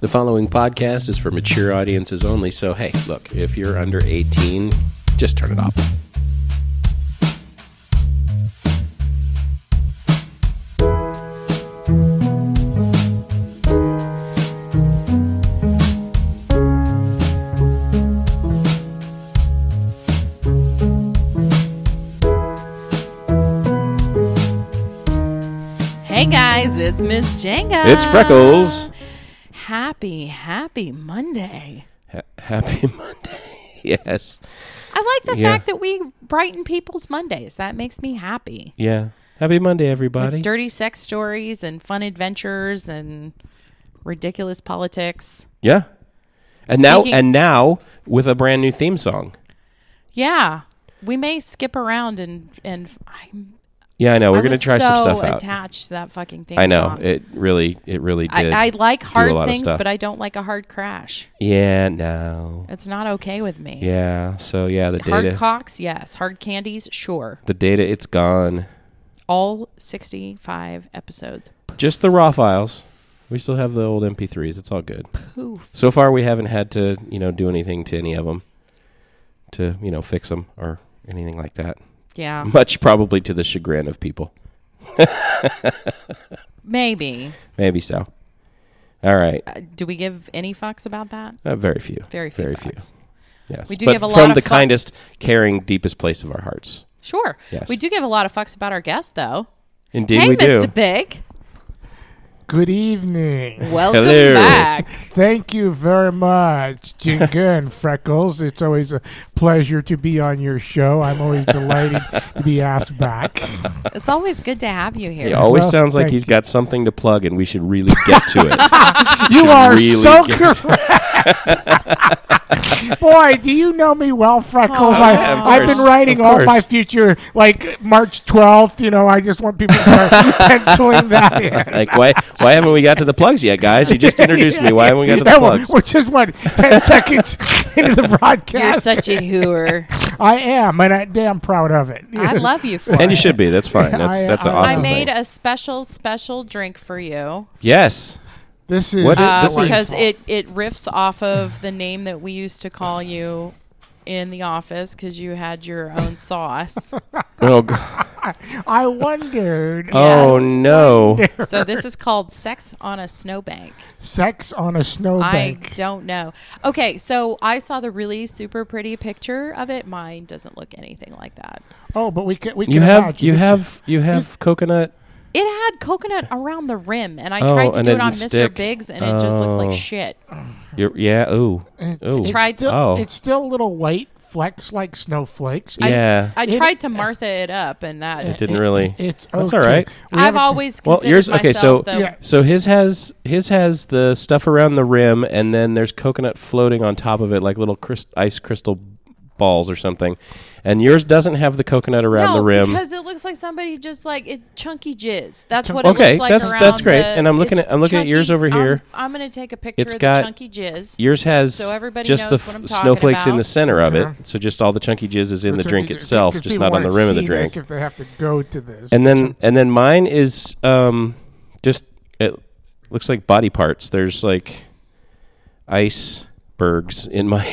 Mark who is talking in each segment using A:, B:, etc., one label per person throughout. A: The following podcast is for mature audiences only, so hey, look, if you're under 18, just turn it off.
B: Hey guys, it's Miss Jenga.
A: It's Freckles.
B: Happy, happy Monday.
A: Ha- happy Monday. Yes.
B: I like the
A: Yeah.
B: fact that we brighten people's Mondays. That makes me happy.
A: Yeah. Happy Monday, everybody.
B: Dirty sex stories and fun adventures and ridiculous politics.
A: Yeah. And now,
B: Speaking-
A: and now with a brand new theme song.
B: Yeah, we may skip around and and I'm,
A: Yeah, I know. We're
B: I
A: going to
B: was
A: try some
B: so
A: stuff out.
B: Attached to that fucking thing.
A: I know. It really, it really did.
B: I, I like
A: a
B: hard
A: lot of
B: things,
A: stuff.
B: but I don't like a hard crash.
A: yeah, no.
B: It's not okay with me.
A: Yeah. So, yeah, the
B: Hard
A: data,
B: cocks, yes. Hard candies, sure.
A: the data, it's gone.
B: all 65 episodes.
A: Just the raw files. We still have the old MP3s. It's all good.
B: Poof.
A: So far, we haven't had to, you know, do anything to any of them to, you know, fix them or anything like that.
B: Yeah.
A: Much probably to the chagrin of people.
B: Maybe.
A: Maybe so. All right.
B: Uh, do we give any fucks about that?
A: Uh, very few.
B: Very few.
A: Very
B: fucks.
A: few. Yes.
B: We do
A: but
B: give a lot
A: from
B: of
A: the
B: fucks.
A: kindest, caring, deepest place of our hearts.
B: Sure.
A: Yes.
B: We do give a lot of fucks about our guest, though.
A: Indeed,
B: hey,
A: we
B: Mr.
A: do.
B: Big.
C: Good evening.
B: Welcome
A: Hello.
B: back.
C: Thank you very much, Jinka and Freckles. It's always a pleasure to be on your show. I'm always delighted to be asked back.
B: It's always good to have you here.
A: He always
C: Well,
A: sounds like
C: thank
A: he's
C: you.
A: got something to plug, and we should really get to it.
C: You
A: Should
C: are
A: really
C: so
A: get-
C: correct. Boy, do you know me well, Freckles?
B: Oh,
C: I,
B: yeah, of
C: I've
A: course,
C: been writing
A: of
C: all
A: course.
C: my future, like March 12th. You know, I just want people to start penciling that in.
A: like, why? Why haven't we got to the plugs yet, guys? You just introduced me. Why haven't we got to the
C: That one-
A: plugs?
C: Which is what, 10 seconds into the
B: You're
C: broadcast?
B: such a hooer.
C: I am, and I, damn proud of it.
B: I love you for
A: And you
B: it.
A: should be. That's fine. That's
C: I-
A: that's an
C: I-
B: I
A: awesome
B: made
A: thing.
B: a special, special drink for you
A: Yes.
C: This is
A: What is-
B: uh,
A: This is-
B: because it, it riffs off of the name that we used to call you in the office because you had your own sauce.
A: Oh, g-
C: I wondered.
A: oh no.
B: So this is called Sex on a Snowbank.
C: Sex on a
B: I
C: snowbank.
B: don't know. Okay, so I saw the really super pretty picture of it. Mine doesn't look anything like that.
C: oh, but we can. We
A: You
C: can
A: have
C: imagine
A: you
C: this.
A: have you have coconut.
B: It had coconut around the rim, and I
A: Oh,
B: tried to
A: and
B: do
A: it
B: it on
A: didn't
B: Mr.
A: stick.
B: Biggs, and it just looks
A: Oh.
B: like shit.
A: You're, yeah. Ooh. Ooh.
C: It's
B: Tried-
C: Still,
A: Oh.
C: It's still little white flecks like snowflakes.
B: I-
A: Yeah.
B: I
C: It-
B: tried to Martha it up, and that
A: It didn't really.
C: It's
A: That's
C: okay.
A: all right.
C: We
B: I've
C: haven't-
B: always
A: Well,
B: considered
A: yours- okay,
B: myself
A: so-
B: the
C: Yeah.
A: So his has his has the stuff around the rim, and then there's coconut floating on top of it, like little crys- ice crystal balls or something. And yours doesn't have the coconut around
B: no,
A: the rim.
B: because it looks like somebody just like it chunky jizz. That's what it
A: Okay,
B: looks like.
A: that's-
B: around
A: that's great.
B: the-
A: And I'm looking
B: it's
A: at- I'm looking at yours
B: chunky-
A: over here.
B: I'm, I'm gonna take a picture
A: It's
B: of
A: got-
B: the chunky jizz.
A: Yours has
B: So everybody
A: just the
B: knows what I'm talking
A: snowflakes in
B: about.
A: the center of
C: Okay.
A: it. So just all the chunky jizz is in the
C: If
A: drink
C: people-
A: itself,
C: if
A: just
C: people
A: not on the
C: wanna
A: rim of the
C: see
A: drink.
C: this, if they have to go to this,
A: and then and then mine is um just it looks like body parts there's like icebergs in my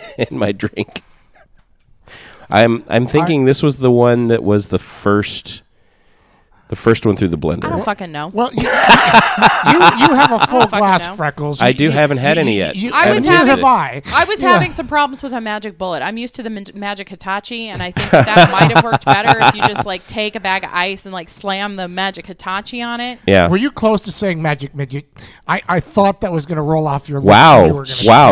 A: in my drink i'm i'm thinking this was the one that was the first the first one through the blender
B: I don't fucking know.
C: well, you, you, you have a full
B: fucking
C: glass
B: know.
C: freckles.
A: I
C: You-
A: do-
C: you-
A: haven't had
C: you-
A: any yet.
C: you-
A: I
C: and
B: was
C: neither
B: having-
C: have I.
B: I was having some problems with a magic bullet. I'm used to the min- magic Hitachi, and I think that, that might have worked better if you just like take a bag of ice and like slam the magic Hitachi on it.
A: yeah
C: Were you close to saying magic midget? I, I thought that was going to roll off your. lips when you
A: wow
C: were gonna
A: wow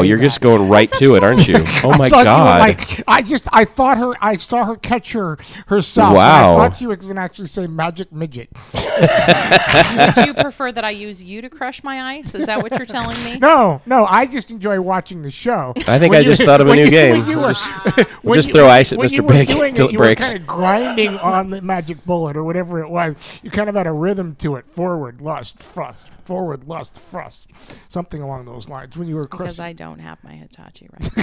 C: say
A: you're
C: that.
A: just going right to it aren't you oh my
C: thought you were
A: god
C: like- I just I thought her I saw her catch her herself. and
A: Wow.
C: I thought you were gonna actually say magic midget.
B: Would you prefer that I use you to crush my ice? Is that what you're telling me?
C: No, no, I just enjoy watching the show.
A: I think
C: When
A: I
C: you-
A: just thought of a
C: when
A: new
C: you-
A: game.
C: when you
A: We'll
C: were-
A: just-
C: when
A: just
C: you-
A: throw ice at
C: when
A: Mr.
C: you were
A: Big
C: doing
A: till it
C: you
A: breaks.
C: Were kind of grinding on the magic bullet or whatever it was. You kind of had a rhythm to it: forward, lust, thrust, forward, lust, thrust, something along those lines. When you were
B: Because
C: crossing,
B: I don't have my Hitachi right.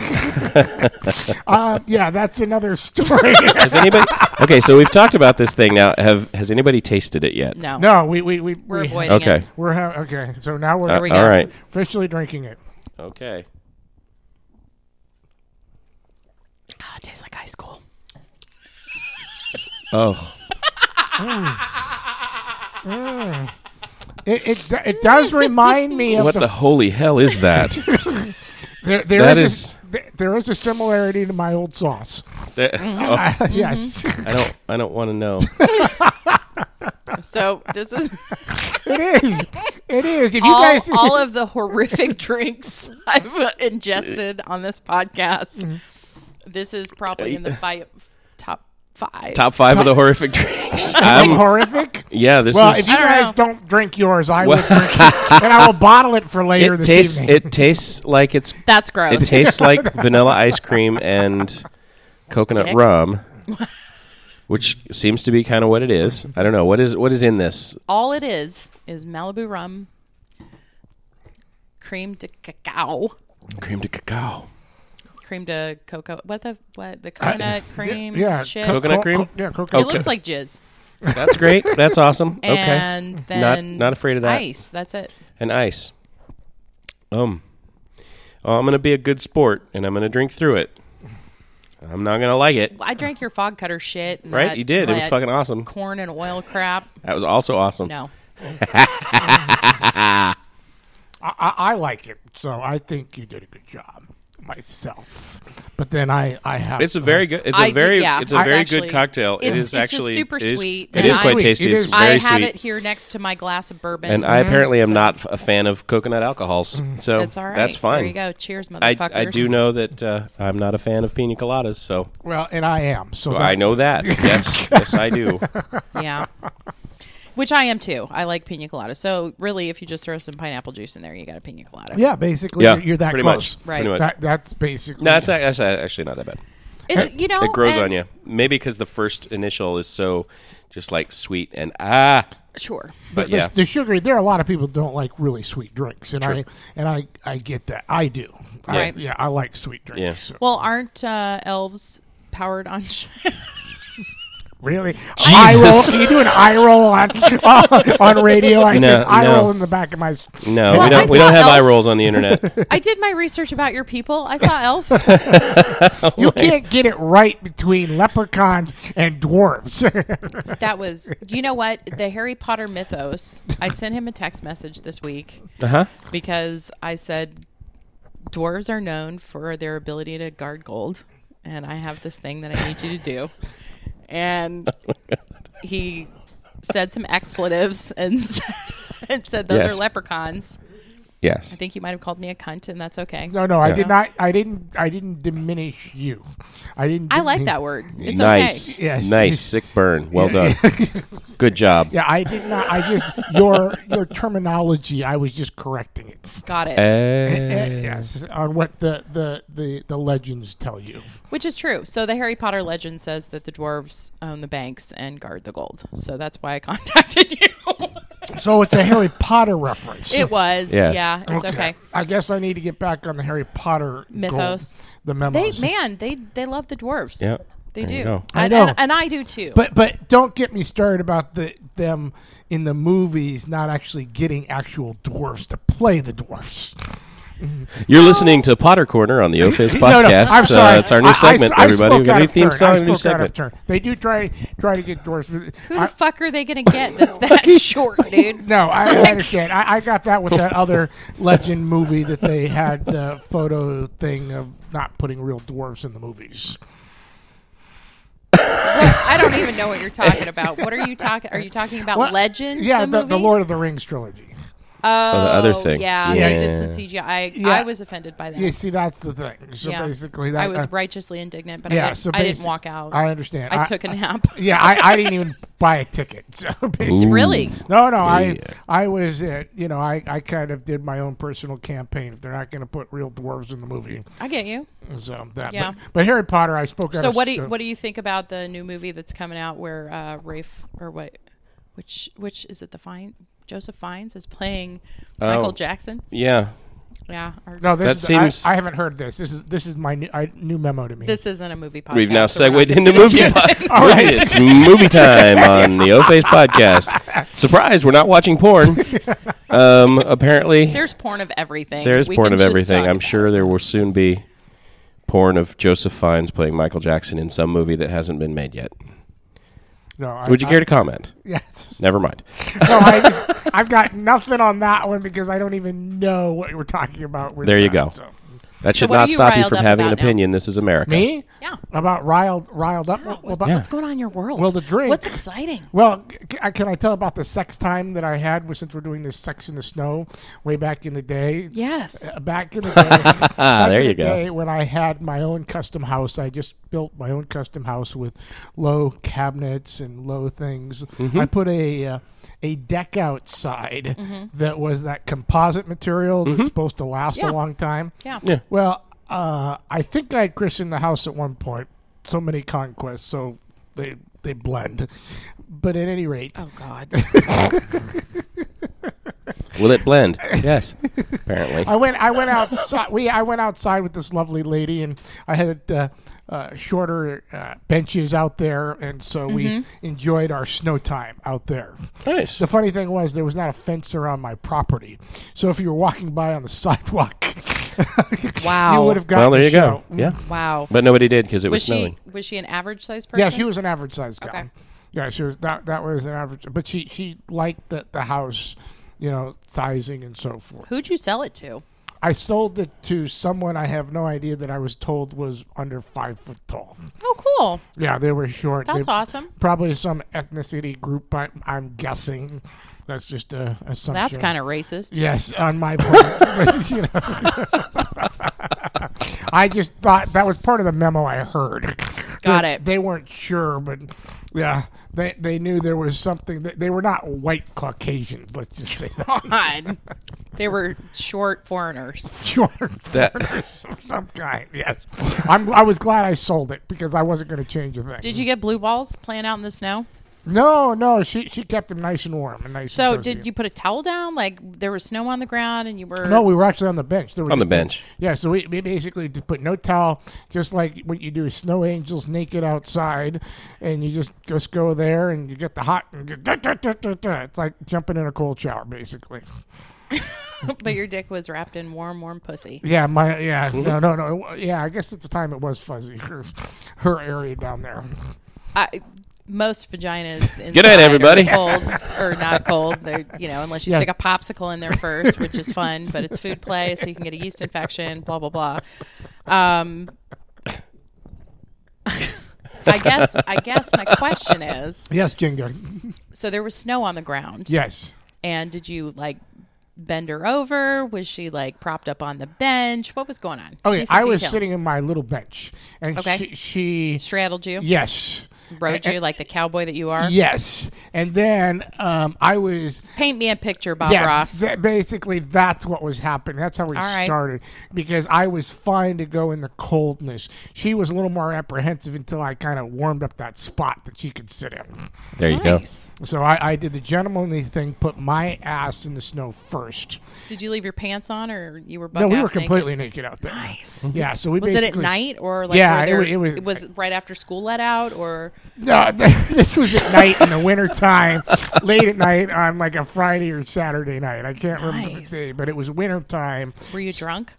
B: now.
C: uh, yeah, that's Um, another story.
A: Has anybody Okay, so we've talked about this thing now. Have has anybody tasted it yet?
B: No.
C: No, we we we
B: We're
C: we,
B: avoiding
A: Okay.
B: it.
C: We're ha- okay. So now we're
A: Uh,
B: we go.
A: all right.
C: officially drinking it.
A: Okay.
B: Oh, it tastes like high school.
A: Oh.
C: It it, do- it does remind me of
A: What
C: the,
A: the holy hell is that?
C: there, there
A: that
C: is
A: is-
C: a, there- there is a similarity to my old sauce.
A: That- oh,
B: Mm-hmm.
C: yes,
A: I don't I don't want to know.
B: So this is
C: it is. It is. If you
B: all,
C: guys
B: all of the horrific drinks I've ingested on this podcast. This is probably in the fi- top five.
A: Top 5 of the horrific drinks.
C: Like
A: I'm,
C: horrific.
A: yeah, this
C: Well,
A: is
C: if you
B: I don't
C: guys
B: know.
C: don't drink yours, I will drink it, and I will bottle it for later
A: it
C: this
A: tastes
C: evening.
A: it tastes like it's
B: That's
A: it
B: gross.
A: tastes like vanilla ice cream and coconut
B: Dick.
A: rum. Which seems to be kind of what it is. I don't know what is what is in this.
B: all it is is Malibu rum, cream de cacao,
A: Cream de cacao.
B: cream de cocoa. What the what the coconut cream?
C: yeah,
B: shit.
C: co-
A: Coconut
C: co-
A: cream?
C: co- yeah,
B: It
C: coconut.
A: Okay.
B: looks like jizz.
A: That's great. That's awesome. okay.
B: And then
A: not afraid of that.
B: Ice. That's it.
A: and ice. Um, oh, I'm gonna be a good sport and I'm gonna drink through it. I'm not gonna like it,
B: I drank your fog cutter shit. and
A: right?
B: that-
A: you did. It was
B: that
A: fucking awesome.
B: corn and oil crap.
A: That was also awesome.
B: No.
C: I, I, I like it, so I think you did a good job myself. But then I, I have.
A: It's a very good. It's a
B: I do-
A: very.
B: yeah,
A: it's a
B: it's
A: very
B: actually-
A: good cocktail. it
B: it's-
A: is
B: it's just
A: actually
B: super
A: it is-
B: sweet,
A: It
B: and
A: is
B: I-
A: quite
C: Sweet,
A: tasty.
C: it
A: It's
C: is-
B: I
A: very
B: have
A: sweet.
B: it here Mm-hmm. next to my glass of bourbon.
A: and I apparently am not f- a fan of coconut alcohols, so
B: That's Mm-hmm. all right.
A: That's fine.
B: There you go. Cheers,
A: I,
B: motherfuckers.
A: I do know that uh, I'm not a fan of pina coladas, so
C: well, and I am. So that-
A: I know that. Yes, yes, I do.
B: Yeah. Which I am too. I like pina colada. So really, if you just throw some pineapple juice in there, you got a pina colada.
C: Yeah, basically,
A: Yeah,
C: you're, you're that
A: pretty
C: close.
A: much.
B: Right.
A: Pretty much.
C: That, that's basically.
A: no, it's not, that's actually not that bad.
B: It's, you know,
A: It grows
B: Oh, and-
A: on you. Maybe because the first initial is so just like sweet and ah.
B: Sure.
A: But
C: There's-
A: yeah,
C: the sugary. There are a lot of people don't like really sweet drinks, and I and I I get that. I do. I-
B: Right.
C: yeah, I like sweet drinks.
A: Yeah.
C: so-
B: Well, aren't uh, elves powered on?
C: Really? Eye roll? Can you do an eye roll on uh, on radio? I
A: No,
C: just eye
A: no.
C: roll in the back of my.
A: no, we
B: Well, I
A: don't. We don't
B: saw
A: have eye
B: elf-
A: rolls on the internet.
B: I did my research about your people. I saw elf.
C: You can't get it right between leprechauns and dwarves.
B: That was, you know what? The Harry Potter mythos. I sent him a text message this week
A: Uh huh.
B: because I said dwarves are known for their ability to guard gold, and I have this thing that I need you to do. And he said some expletives and, s- and said those
A: Yes.
B: are leprechauns.
A: Yes.
B: I think you might have called me a cunt, and that's okay.
C: no, no, I
A: Yeah.
C: did not. I didn't. I didn't diminish you. I didn't.
B: I like
C: dimin-
B: that word. It's
A: nice.
B: okay.
C: Yes.
A: Nice. Sick burn. Well done. Good job.
C: Yeah, I did not. I just your your terminology. I was just correcting it.
B: Got it.
A: Eh,
C: Yes, uh, on what the the the, the legends tell you.
B: Which is true. So the Harry Potter legend says that the dwarves own the banks and guard the gold. So that's why I contacted you.
C: So it's a Harry Potter reference.
B: it was.
A: Yes.
B: Yeah, it's okay.
C: I guess I need to get back on the Harry Potter gold-
B: Mythos.
C: the
B: They
C: memos.
B: man, they they love the dwarves.
A: Yeah.
B: They
A: There you
B: do.
A: go.
B: And,
C: I know.
B: And, and I do too.
C: But but don't get me started about the them in the movies not actually getting actual dwarfs to play the dwarfs.
A: You're listening to Potter Corner on the OFIS podcast.
C: no, no, I'm
A: Uh,
C: sorry.
A: it's our new
C: I- I-
A: segment,
C: I
A: everybody.
C: spoke
A: We've got a
C: out
A: new
C: of
A: theme
C: turn.
A: song
C: I
A: and a new
C: spoke out of
A: segment.
C: turn. They do try try to get dwarfs. but-
B: Who the
C: I-
B: fuck are they gonna get that's that short, dude?
C: no, I I understand. I, I got that with that other legend movie that they had the photo thing of not putting real dwarfs in the movies.
B: I don't even know what you're talking about. What are you talking? Are you talking about
C: What?
B: Legend?
C: Yeah,
B: the,
C: the,
B: movie?
C: the Lord of the Rings trilogy.
B: Oh,
A: the other thing.
B: Yeah,
A: Yeah.
B: they did some CGI. I,
C: Yeah.
B: I was offended by that.
C: You see, that's the thing. So
B: Yeah.
C: basically, that
B: I was
C: uh,
B: righteously indignant, but I,
C: yeah.
B: didn't,
C: So
B: I didn't
C: basi-
B: walk out.
C: I understand.
B: I took a nap.
C: Yeah, I, I didn't even buy a ticket. So basically,
B: Really?
C: no, no, I
A: Yeah.
C: I was at you know I, I kind of did my own personal campaign. If they're not going to put real dwarves in the movie,
B: I get you.
C: so that.
B: Yeah.
C: But, but Harry Potter, I spoke. out
B: So
C: of
B: what do you,
C: st-
B: what do you think about the new movie that's coming out where uh, Rafe or what, which which is it the fine Joseph Fiennes is playing Michael
A: Oh.
B: Jackson?
A: Yeah.
B: Yeah. Our,
C: No, this
A: That
C: is,
A: seems-
C: I, I haven't heard this. This is this is my new, I, new memo to me.
B: This isn't a movie podcast.
A: We've now
B: so we're not
A: segued
B: gonna
A: into
B: get
A: movie.
B: into it.
A: Po- It's movie time on the O Face podcast. Surprise, we're not watching porn. Um, apparently,
B: There's porn of everything.
A: there's
B: We
A: porn
B: can
A: of
B: just
A: everything.
B: talk
A: I'm
B: about
A: sure there will soon be porn of Joseph Fiennes playing Michael Jackson in some movie that hasn't been made yet.
C: no, I,
A: Would you
B: Uh,
A: care to comment?
C: I, yes.
A: Never mind.
C: No, I just, I've got nothing on that one because I don't even know what we're talking about. with
A: There you
C: that,
A: go.
C: so.
A: That should
B: what are
A: not
B: you
A: stop you
B: riled
A: from
B: up
A: having an
B: about now?
A: opinion. This is America.
C: Me
B: it. Yeah.
C: about riled riled up. Well, about,
A: Yeah.
B: What's going on in your world?
C: Well, the drink-
B: What's exciting?
C: Well, c- I- can I tell about the sex time that I had with- since we're doing this sex in the snow way back in the day?
B: Yes.
C: Uh, Back in the day, back
A: Ah, there
C: in
A: you
C: the
A: go.
C: day when I had my own custom house, I just built my own custom house with low cabinets and low things.
A: Mm-hmm.
C: I put a uh, a deck outside that was that composite material
A: Mm-hmm.
C: that's supposed to last
B: Yeah.
C: a long time.
B: Yeah.
A: Yeah.
C: Well, uh, I think I christened the house at one point. So many conquests, so they they blend. But at any rate,
B: Oh God.
A: Will it blend? Yes. Apparently.
C: I went. I went outside. We. I went outside with this lovely lady, and I had uh, uh, shorter uh, benches out there, and so we
B: Mm-hmm.
C: enjoyed our snow time out there.
A: Nice.
C: The funny thing was, there was not a fence around my property, so if you were walking by on the sidewalk,
B: Wow.
C: you would have gotten.
A: Well, there you
C: snow.
A: go. Yeah.
B: Wow.
A: But nobody did because it was,
B: was she
A: snowing.
B: was she an average sized person?
C: Yeah, she was an average sized gal.
B: Okay.
C: Yeah, she was that. That was an average, but she she liked the the house, you know, sizing and so forth.
B: Who'd you sell it to?
C: I sold it to someone I have no idea that I was told was under five foot tall.
B: Oh, cool.
C: Yeah, they were short.
B: That's
C: They-
B: awesome.
C: Probably some ethnicity group. I, I'm guessing. That's just a assumption.
B: That's kind of racist.
C: yes on my part. But, you know. I just thought that was part of the memo I heard.
B: Got
C: They-
B: it.
C: They weren't sure, but yeah, they they knew there was something. That, they were not white Caucasians. Let's just say that.
B: God. They were short foreigners.
C: Short
A: That
C: of some kind. Yes, I'm. I was glad I sold it because I wasn't going to change a thing.
B: Did you get blue balls playing out in the snow?
C: no, no. She she kept them nice and warm and nice.
B: So
C: and toasty.
B: did you put a towel down? Like there was snow on the ground and you were
C: No, we were actually on the bench. There were
A: on the
C: just-
A: bench.
C: Yeah, so we, we basically d- put no towel, just like what you do, snow angels naked outside, and you just just go there and you get the hot and you da, da, da, da, da. it's like jumping in a cold shower, basically.
B: but your dick was wrapped in warm, warm pussy.
C: Yeah, my yeah,
A: Mm-hmm.
C: no, no, no. it wa- Yeah, I guess at the time it was fuzzy. Her, her area down there.
B: I, most vaginas in
A: Good night, everybody.
B: cold or not cold they're you know unless you
C: Yeah.
B: stick a popsicle in there first which is fun but it's food play so you can get a yeast infection blah blah blah um I guess I guess my question is
C: Yes, Jenga.
B: so there was snow on the ground
C: Yes.
B: and did you like bend her over was she like propped up on the bench what was going on Give
C: Okay,
B: me some
C: I was
B: details.
C: sitting in my little bench, and
B: Okay.
C: she, she
B: straddled you
C: yes,
B: rode you like the cowboy that you are
C: yes, and then um, I was
B: paint me a picture Bob Ross
C: tha- basically, that's what was happening. That's how we
B: All right.
C: started because I was fine to go in the coldness. She was a little more apprehensive until I kind of warmed up that spot that she could sit in.
A: There you go.
B: nice
C: So I, I did the gentlemanly thing, put my ass in the snow first.
B: Did you leave your pants on, or you were buck
C: no, we
B: ass naked?
C: were completely naked, out there.
B: Nice.
C: Yeah, so we
B: Was it at
C: basically
B: night or like?
C: Yeah,
B: were
C: it
B: there-
C: wa- it was-
B: it right after school let out, or
C: No, this was at night in the winter time, late at night on like a Friday or Saturday night. I can't remember the
B: Nice.
C: day, but it was winter time.
B: were you drunk?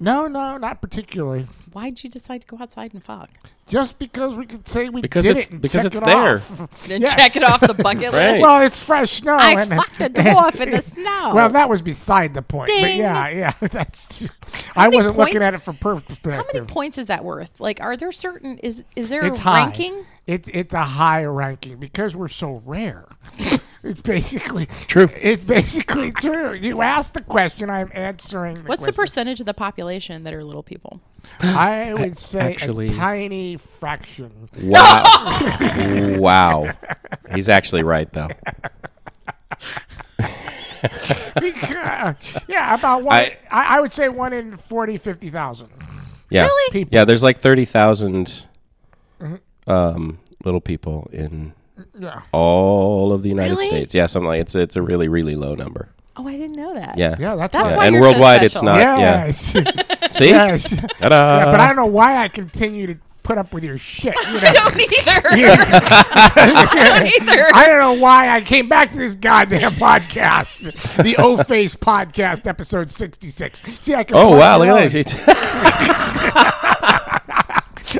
C: No, no, not particularly.
B: Why'd you decide to go outside and fuck?
C: Just because we could say we
A: Because
C: did
A: it's-
C: it and
A: because
C: check
A: it's
C: it
A: there.
C: off.
B: Then
C: Yeah.
B: check it off the bucket
A: Right.
B: list.
C: Well, it's fresh snow.
B: I
C: and-
B: fucked a dwarf in the snow.
C: Well, that was beside the point. But
B: Ding.
C: yeah, yeah, that's. I
B: many
C: wasn't looking
B: points-
C: at it for per-
B: How many
C: perspective.
B: points is that worth? Like, are there certain is is there
C: It's
B: a
C: high.
B: ranking?
C: It's it's a high ranking because we're so rare. it's basically
A: True.
C: It's basically true. You asked the question, I'm answering. The
B: What's the
C: question.
B: percentage of the population that are little people?
C: I would say
A: actually-
C: a tiny fraction.
A: Wow. wow. He's actually right though.
C: Because- yeah, about one.
A: I-
C: I, I would say one in 40, 50,000.
A: Yeah.
B: Really? Mm-hmm.
C: People.
A: Yeah. There's like thirty thousand um, little people in
C: Yeah.
A: all of the United
B: Really?
A: States. Yeah. Something like it's it's a really really low number.
B: Oh, I didn't know that.
A: Yeah.
C: Yeah, that's,
B: That's
A: Yeah,
C: right.
B: why
A: and
B: you're so
A: worldwide it's
B: special.
A: not. yeah.
C: Yes.
A: See?
C: yes. Yeah,
A: Ta-da.
C: but I don't know why I continue to put up with your shit. You know?
B: I don't either. I don't either.
C: Yeah. I don't know why I came back to this goddamn podcast, the O Face podcast, episode sixty-six. See, I can.
A: Oh
C: plug
A: wow!
C: your
A: Look
C: own.
A: at that.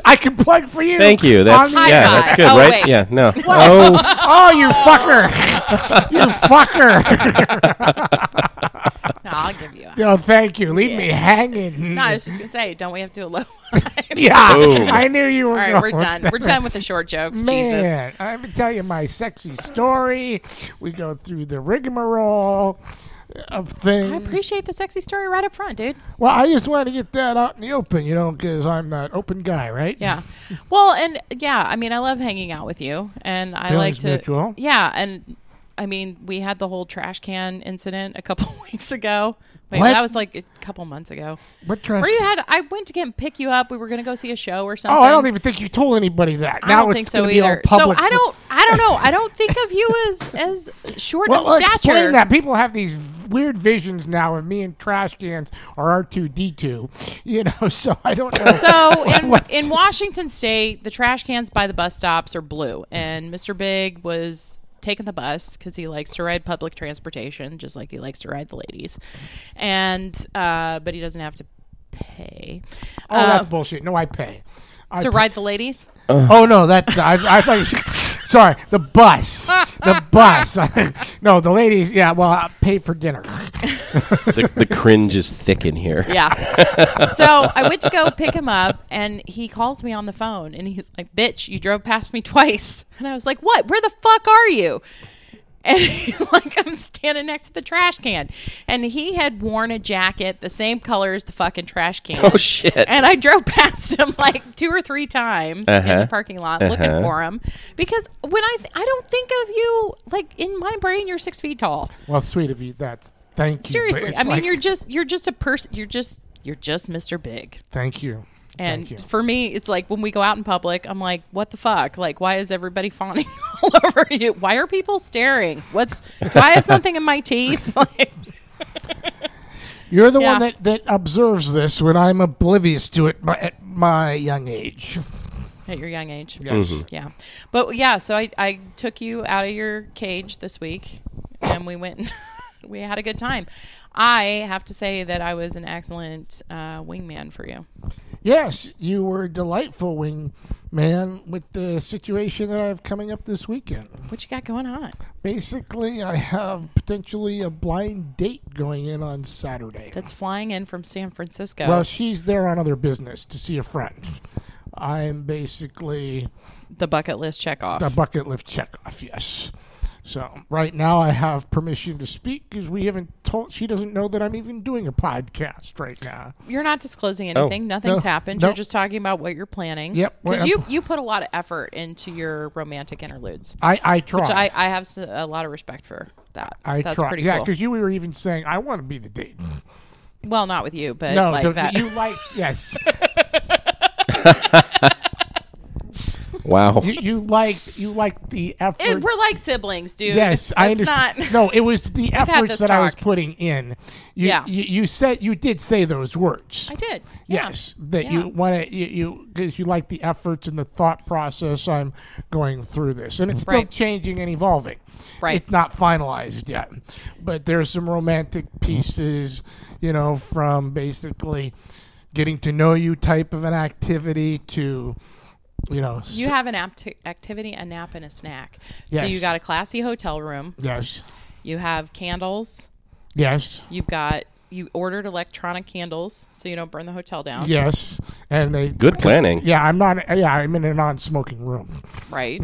C: I can plug for you.
A: Thank you. That's
C: on the-
A: yeah.
B: five.
A: That's good,
B: Oh,
A: right?
B: wait.
A: Yeah. No. Oh,
C: Oh, you fucker! you fucker!
B: No, I'll give you. A-
C: no, thank you. Leave me hanging.
B: no, I was just gonna say, don't we have to do a low?
C: yeah,
A: Boom.
C: I knew you were.
B: All right,
C: going
B: we're done. We're done with the short jokes. Jesus.
C: Man, I'm gonna tell you my sexy story. We go through the rigmarole of things.
B: I appreciate the sexy story right up front, dude.
C: well, I just wanted to get that out in the open, you know, because I'm that open guy, right?
B: Yeah. Well, and yeah, I mean, I love hanging out with you, and I like
C: Feelings
B: to.
C: mutual.
B: Yeah, and I mean, we had the whole trash can incident a couple weeks ago. Wait,
C: What?
B: that was like a couple months ago.
C: But trust.
B: Where you had, I went to get and pick you up. We were going to go see a show or something.
C: Oh, I don't even think you told anybody that.
B: I
C: now
B: don't
C: it's
B: think so
C: gonna be all
B: either. So
C: public.
B: I don't. I don't know. I don't think of you as as short
C: Well,
B: of stature.
C: explain that. People have these v- weird visions now of me and trash cans or R two D two, you know. So I don't know.
B: So in
C: What?
B: in Washington State, the trash cans by the bus stops are blue, and Mr. Big was taking the bus because he likes to ride public transportation, just like he likes to ride the ladies, and uh, but he doesn't have to pay uh,
C: oh, that's bullshit. No, I pay. I
B: to
C: pay.
B: ride the ladies.
C: Oh no, that I, I thought. Sorry, the bus. The bus. no, the ladies. Yeah, well, I pay for dinner.
A: the, the cringe is thick in here.
B: Yeah. so I went to go pick him up, and he calls me on the phone, and he's like, "Bitch, you drove past me twice." And I was like, "What? Where the fuck are you?" And he's like, "I'm standing next to the trash can," and he had worn a jacket the same color as the fucking trash can.
A: Oh shit.
B: And I drove past him like two or three times in
A: Uh-huh.
B: the parking lot
A: Uh-huh.
B: looking for him because when I th- I don't think of you like in my brain you're six feet tall.
C: Well, sweet of you. That's thank you. but
B: Seriously,
C: it's
B: I mean
C: like,
B: you're just you're just a person. You're just you're just Mr. Big.
C: Thank you.
B: And
C: thank you.
B: for me, it's like when we go out in public, I'm like, what the fuck? Like, why is everybody fawning all over you? Why are people staring? What's do I have something in my teeth? Like,
C: You're the
B: Yeah.
C: one that, that observes this when I'm oblivious to it my, at my young age.
B: at your young age.
C: Yes. Mm-hmm.
B: Yeah. But yeah, so I, I took you out of your cage this week and we went and we had a good time. I have to say that I was an excellent uh, wingman for you.
C: Yes, you were delightful, wing man, with the situation that I have coming up this weekend.
B: What you got going on?
C: Basically, I have potentially a blind date going in on Saturday.
B: That's flying in from San Francisco.
C: Well, she's there on other business to see a friend. I'm basically
B: the bucket list check off.
C: the bucket lift checkoff, yes. So right now I have permission to speak because we haven't told. She doesn't know that I'm even doing a podcast right now.
B: You're not disclosing anything. Nothing's
C: Oh, No.
B: happened.
C: No.
B: You're just talking about what you're planning.
C: Yep.
B: Because
C: Well,
B: you you put a lot of effort into your romantic interludes,
C: I I try.
B: which I I have s- a lot of respect for that.
C: I
B: That's
C: try.
B: pretty
C: yeah,
B: cool.
C: because you were even saying I want to be the date.
B: Well, not with you, but
C: No,
B: like
C: don't-
B: that.
C: you liked yes.
A: Wow.
C: you, you liked you liked the effort.
B: It- we're like siblings, dude.
C: Yes, I
B: It's
C: understand.
B: not.
C: No, it was the efforts
B: this
C: that I was
B: talk.
C: putting in. You,
B: Yeah.
C: you, you said you did say those words.
B: I did. Yeah.
C: Yes, that
B: Yeah.
C: you want to you you because you like the efforts and the thought process I'm going through this, and it's still
B: Right.
C: changing and evolving.
B: Right.
C: it's not finalized yet, but there's some romantic pieces, you know, from basically getting to know you type of an activity to, you know,
B: You
C: s-
B: have an apt- activity, a nap, and a snack. So
C: Yes.
B: you got a classy hotel room.
C: yes,
B: You have candles.
C: yes,
B: You've got you ordered electronic candles so you don't burn the hotel down.
C: yes, and they
A: Good planning.
C: Yeah, I'm not. Yeah, I'm in a non-smoking room.
B: Right.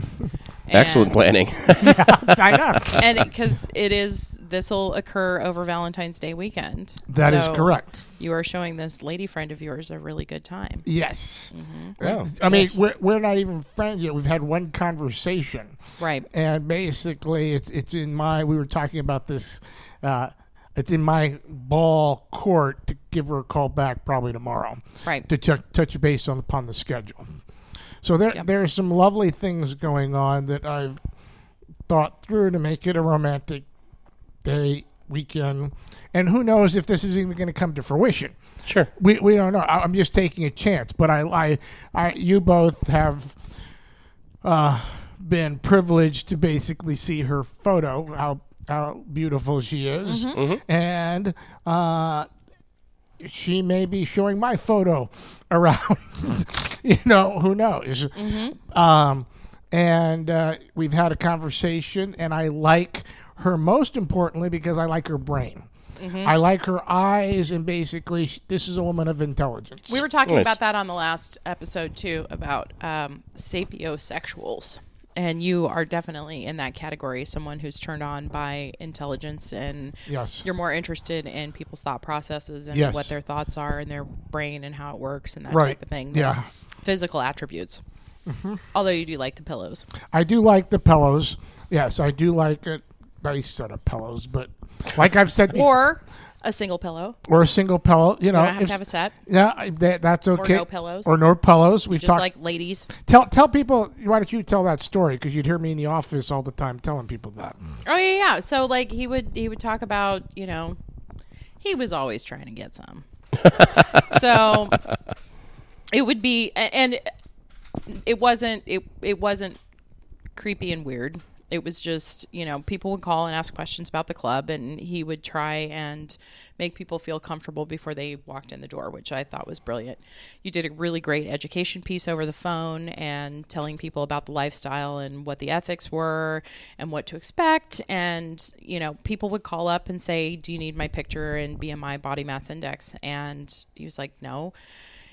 A: Excellent
B: And-
A: planning.
C: I know
B: and because it is this will occur over Valentine's Day weekend.
C: that is
B: So
C: correct.
B: You are showing this lady friend of yours a really good time.
C: Yes.
A: Wow.
C: I mean, we're, we're not even friends yet. We've had one conversation.
B: Right.
C: And basically, it's, it's in my, we were talking about this, uh, it's in my ball court to give her a call back probably tomorrow
B: Right.
C: to check, touch base on upon the schedule. So there, there are some lovely things going on that I've thought through to make it a romantic day weekend, and who knows if this is even going to come to fruition.
A: Sure.
C: We, we don't know. I- I'm just taking a chance. But I, I, I you both have uh, been privileged to basically see her photo, how how beautiful she is,
B: Mm-hmm.
C: and uh, she may be showing my photo around. you know, who knows?
B: Mm-hmm.
C: Um, and uh, we've had a conversation, and I like her most importantly because I like her brain.
B: Mm-hmm.
C: I like her eyes, and basically, sh- this is a woman of intelligence.
B: We were talking
A: Nice.
B: about that on the last episode too about um, sapiosexuals, and you are definitely in that category. Someone who's turned on by intelligence, and
C: Yes.
B: you're more interested in people's thought processes and
C: Yes.
B: what their thoughts are and their brain and how it works and that
C: Right.
B: type of thing.
C: Yeah. Mm-hmm.
B: physical attributes. Although you do like the pillows,
C: I do like the pillows. Yes, I do like a nice set of pillows, but like I've said before,
B: or a single pillow.
C: or a single pillow. You know,
B: You don't have
C: if-
B: to have a set.
C: yeah, I- that, that's okay.
B: no pillows.
C: Or no pillows. We've
B: Just
C: talked.
B: like ladies.
C: tell tell people. Why don't you tell that story? Because you'd hear me in the office all the time telling people that.
B: Oh yeah, yeah. So like he would he would talk about you know, he was always trying to get some. so it would be a- and it wasn't it it wasn't creepy and weird. It was just you know people would call and ask questions about the club, and he would try and make people feel comfortable before they walked in the door, which I thought was brilliant. You did a really great education piece over the phone and telling people about the lifestyle and what the ethics were and what to expect. And you know people would call up and say, "Do you need my picture and BMI body mass index?" And he was like, "No."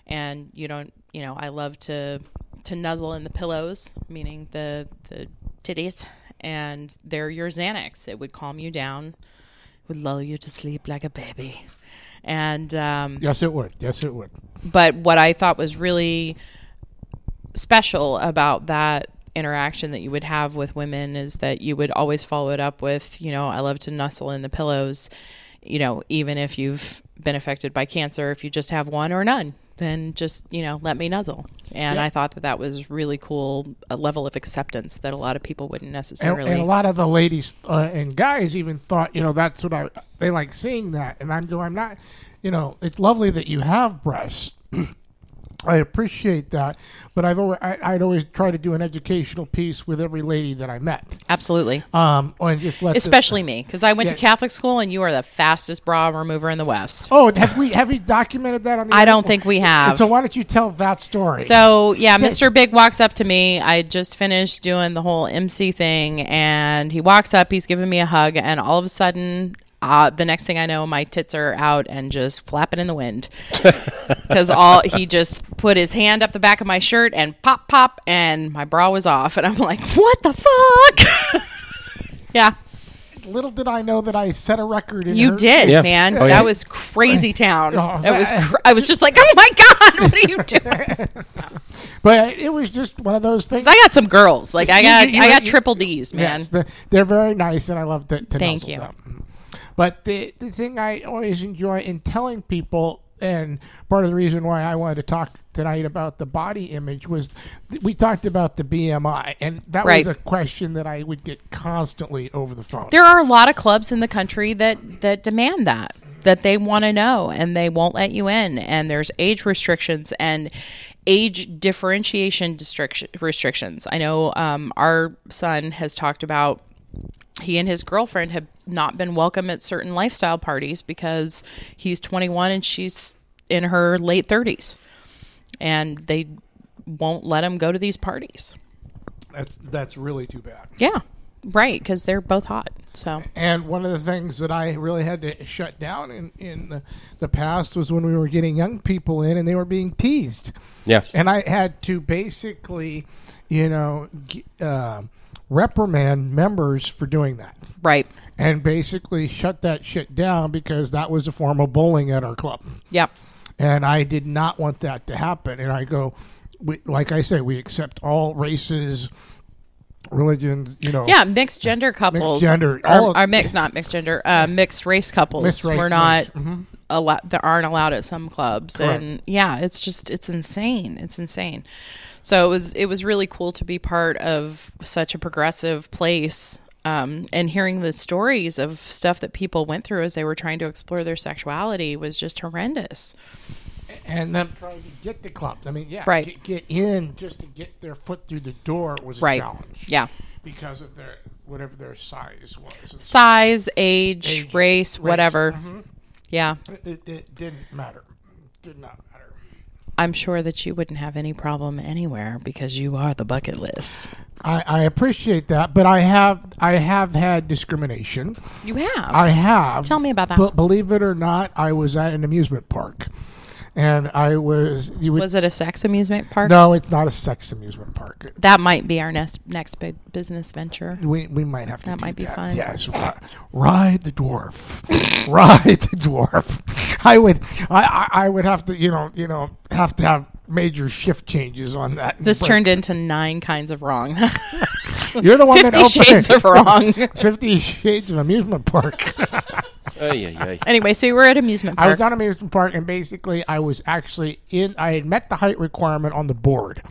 B: and you don't you know i love to to nuzzle in the pillows meaning the the titties and they're your xanax it would calm you down would lull you to sleep like a baby and um
C: Yes, it would. Yes, it would.
B: but what I thought was really special about that interaction that you would have with women is that you would always follow it up with, you know, I love to nuzzle in the pillows, you know, even if you've been affected by cancer, if you just have one or none, then just, you know, let me nuzzle. And I thought that that was really cool, a level of acceptance that a lot of people wouldn't
C: And,
B: necessarily.
C: and a lot of the ladies uh, and guys even thought, you know, that's what I they like seeing that, and I'm I'm not, you know, it's lovely that you have breasts. I appreciate that, but I've always, I, I'd always try to do an educational piece with every lady that I met,
B: Absolutely.
C: um, and just let the-
B: Especially me, because I went to
C: Yeah.
B: Catholic school and you are the fastest bra remover in the West.
C: oh, and have we have we documented that on the?
B: I don't think we have.
C: So why don't you tell that story?
B: So yeah, Mr. Big walks up to me. I had just finished doing the whole MC thing, and he walks up. He's giving me a hug, and all of a sudden, uh, the next thing I know, my tits are out and just flapping in the wind because all he just put his hand up the back of my shirt and pop, pop, and my bra was off, and I'm like, what the fuck? yeah,
C: little did I know that I set a record. In
B: you
C: her-
B: did,
A: Yeah.
B: man.
A: Oh, yeah.
B: That was crazy town.
C: Oh,
B: that was. Cr- I was just like, oh my god, what are you doing?
C: but it was just one of those things.
B: I got some girls. Like I
C: You-
B: got
C: you-
B: I got
C: you-
B: triple D's, man.
C: Yes, they're, they're very nice, and I love to, to
B: Thank
C: nuzzle
B: you.
C: them. But the the thing I always enjoy in telling people, and part of the reason why I wanted to talk tonight about the body image was th- we talked about the BMI, and that
B: Right.
C: was a question that I would get constantly over the phone.
B: There are a lot of clubs in the country that that demand that that they want to know and they won't let you in and there's age restrictions and age differentiation restriction, restrictions. I know um, our son has talked about he and his girlfriend have not been welcome at certain lifestyle parties because he's 21 and she's in her late 30s and they won't let him go to these parties.
C: that's that's really too bad.
B: Yeah, right. Because they're both hot. So
C: And one of the things that I really had to shut down in, in the- the past was when we were getting young people in and they were being teased.
A: Yeah.
C: And I had to basically, you know, g- uh, reprimand members for doing that
B: right.
C: and basically shut that shit down because that was a form of bullying at our club.
B: Yep.
C: And I did not want that to happen. And I go, we, like I say, we accept all races, religions, you know.
B: Yeah, mixed gender couples.
C: gender,
B: Are,
C: all-
B: are mixed, not mixed gender, uh, mixed race couples.
C: Mixed race, Mm-hmm.
B: We're not allowed. That aren't allowed at some clubs. And yeah, it's just it's insane. It's insane. So it was it was really cool to be part of such a progressive place um, and hearing the stories of stuff that people went through as they were trying to explore their sexuality was just horrendous.
C: and them trying to get the clubs. I mean, yeah,
B: Right.
C: get, get in just to get their foot through the door was a
B: Right.
C: challenge
B: Yeah.
C: because of their whatever their size was.
B: Size, age,
C: Age,
B: race, mm-hmm. whatever. Yeah.
C: It, it, it didn't matter. Did not matter.
B: I'm sure that you wouldn't have any problem anywhere because you are the bucket list.
C: I, I appreciate that, but I have I have had discrimination.
B: You have.
C: I have.
B: Tell me about that.
C: But believe it or not, I was at an amusement park, and I was you would.
B: was it a sex amusement park?
C: no, it's not a sex amusement park.
B: That might be our next next big business venture.
C: We, we might have to.
B: That
C: do
B: might be fun.
C: Yes, ri- ride the dwarf, ride the dwarf. I would, I, I, I would have to, you know, you know, have to have major shift changes on that.
B: This turned into nine kinds of wrong.
C: You're the one that
B: Fifty
C: opened
B: shades of wrong.
C: Fifty Shades of Amusement Park.
A: Ay, ay, ay.
B: anyway, so you were at amusement park.
C: I was on amusement park, and basically, I was actually in. I had met the height requirement on the board,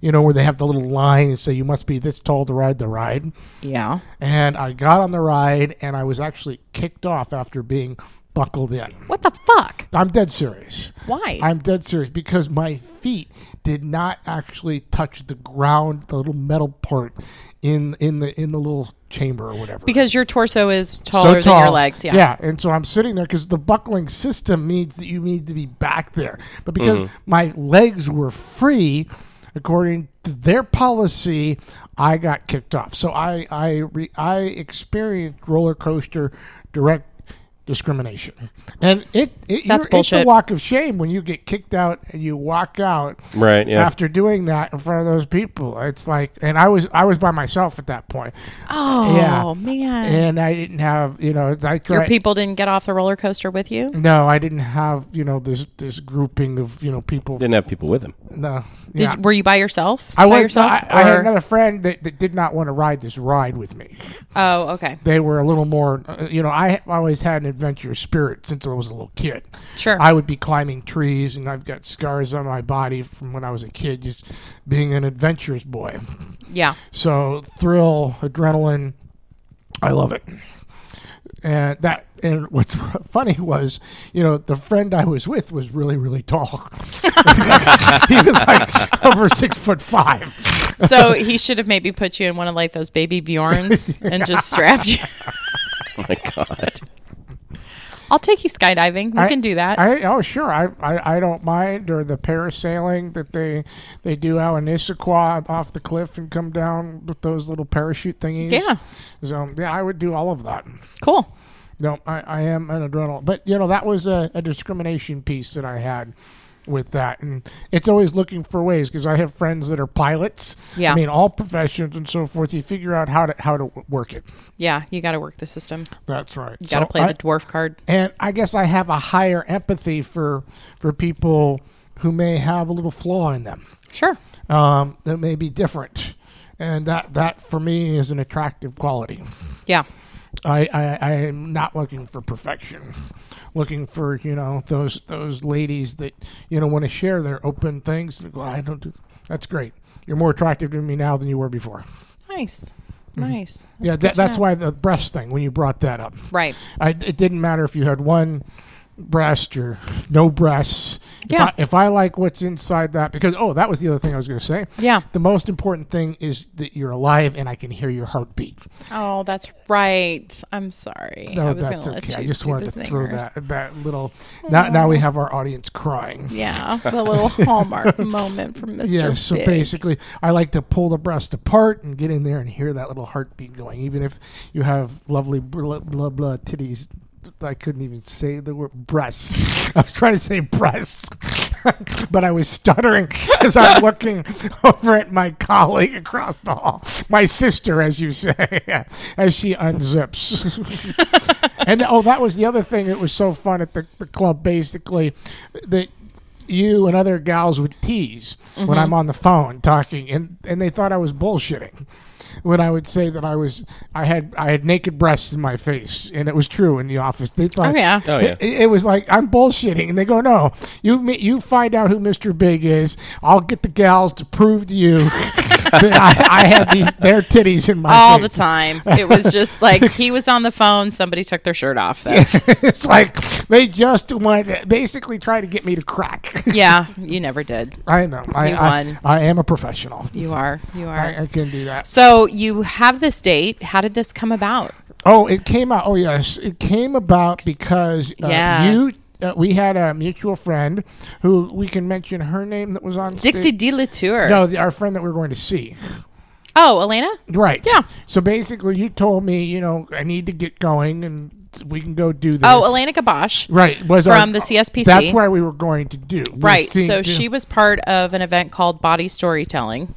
C: you know, where they have the little line and say you must be this tall to ride the ride.
B: yeah.
C: And I got on the ride, and I was actually kicked off after being buckled in.
B: What the fuck?
C: I'm dead serious.
B: Why?
C: I'm dead serious because my feet did not actually touch the ground, the little metal part in in the in the little chamber or whatever.
B: because your torso is taller than your legs. Yeah.
C: Yeah. And so I'm sitting there because the buckling system means that you need to be back there. But because
A: Mm-hmm.
C: my legs were free, according to their policy, I got kicked off. So I I re, I experienced roller coaster direct discrimination, and it,
B: That's
C: it you're- It's a
B: bullshit.
C: walk of shame when you get kicked out and you walk out
A: Right, yeah.
C: after doing that in front of those people. It's like, and I was I was by myself at that point.
B: Oh
C: Yeah.
B: man.
C: and I didn't have you know it's- I
B: your
C: tried.
B: people didn't get off the roller coaster with you?
C: no, I didn't have you know this this grouping of you know people.
A: Didn't have people with him.
C: No,
B: Did
C: yeah.
B: you- were you by yourself?
C: I
B: by
C: was.
B: yourself?
C: I, I had
B: Or-
C: another friend that, that did not want to ride this ride with me.
B: Oh, okay.
C: They were a little more, uh, you know. I ha- always had an adventurous spirit since I was a little kid.
B: Sure.
C: I would be climbing trees, and I've got scars on my body from when I was a kid, just being an adventurous boy.
B: yeah.
C: So thrill, adrenaline, I love it. And that and what's funny was, you know, the friend I was with was really, really tall. he was like over six foot five.
B: So he should have maybe put you in one of like those baby Bjorns and just strapped you.
A: Oh my God.
B: I'll take you skydiving. We
C: I-
B: can do that.
C: I oh sure, I, I I don't mind or the parasailing that they they do out in Issaquah off the cliff and come down with those little parachute thingies.
B: Yeah.
C: So yeah, I would do all of that.
B: cool.
C: No, I, I am an adrenaline. But, you know, that was a, a discrimination piece that I had with that. And it's always looking for ways because I have friends that are pilots.
B: Yeah.
C: I mean, all professions and so forth. You figure out how to how to work it.
B: Yeah, you got to work the system.
C: That's right.
B: You got to play
C: I,
B: the dwarf card.
C: And I guess I have a higher empathy for for people who may have a little flaw in them
B: Sure.
C: um, that may be different. And that, that, for me, is an attractive quality.
B: Yeah.
C: I, I, I am not looking for perfection. Looking for, you know, those those ladies that, you know, want to share their open things. Well, I don't do that's great. You're more attractive to me now than you were before.
B: Nice.
C: Mm-hmm.
B: Nice.
C: yeah,
B: good
C: that,
B: to
C: that's
B: know.
C: why the breast thing, when you brought that up.
B: Right.
C: I, it didn't matter if you had one breast or no breasts.
B: Yeah.
C: If I, if I like what's inside that, because, oh, that was the other thing I was going to say.
B: Yeah.
C: The most important thing is that you're alive and I can hear your heartbeat.
B: Oh, that's right. I'm sorry. I was going to let you
C: I just
B: do
C: wanted
B: the
C: to throw
B: zingers.
C: that that little. Now, now we have our audience crying.
B: Yeah, the little hallmark moment from Mr.
C: Yeah, so
B: Big.
C: basically, I like to pull the breast apart and get in there and hear that little heartbeat going. Even if you have lovely blah blah, blah titties, I couldn't even say the word breasts. I was trying to say breasts, but I was stuttering as I'm looking over at my colleague across the hall, my sister, as you say, as she unzips. and oh, that was the other thing that was so fun at the, the club. Basically, that you and other gals would tease when
B: Mm-hmm.
C: I'm on the phone talking, and and they thought I was bullshitting when I would say that I was I had I had naked breasts in my face, and it was true in the office. They thought,
B: Oh, yeah.
A: Oh, yeah.
C: It, it was like I'm bullshitting, and they go, "No, you me- you find out who Mr. Big is. I'll get the gals to prove to you I, I had these bare titties in my
B: all the
C: face.
B: time. It was just like he was on the phone. Somebody took their shirt off. That's,
C: it's like they just want basically try to get me to crack.
B: yeah, you never did.
C: I know. I,
B: You
C: I-
B: won.
C: I, am a professional.
B: You are. You are.
C: I, I can do that.
B: So you have this date. How did this come about?
C: Oh, it came out. Oh, yes, it came about because uh,
B: Yeah.
C: you. Uh, we had a mutual friend who we can mention her name that was on
B: Dixie
C: stage.
B: D. Latour.
C: No, the, our friend that we were going to see.
B: Oh, Elena?
C: Right.
B: Yeah.
C: So basically, you told me, you know, I need to get going, and we can go do this.
B: Oh, Elena Gabosh.
C: Right. Was
B: From
C: our-
B: the CSPC.
C: That's where we were going to do. We were
B: Right.
C: seeing-
B: So she was part of an event called Body Storytelling,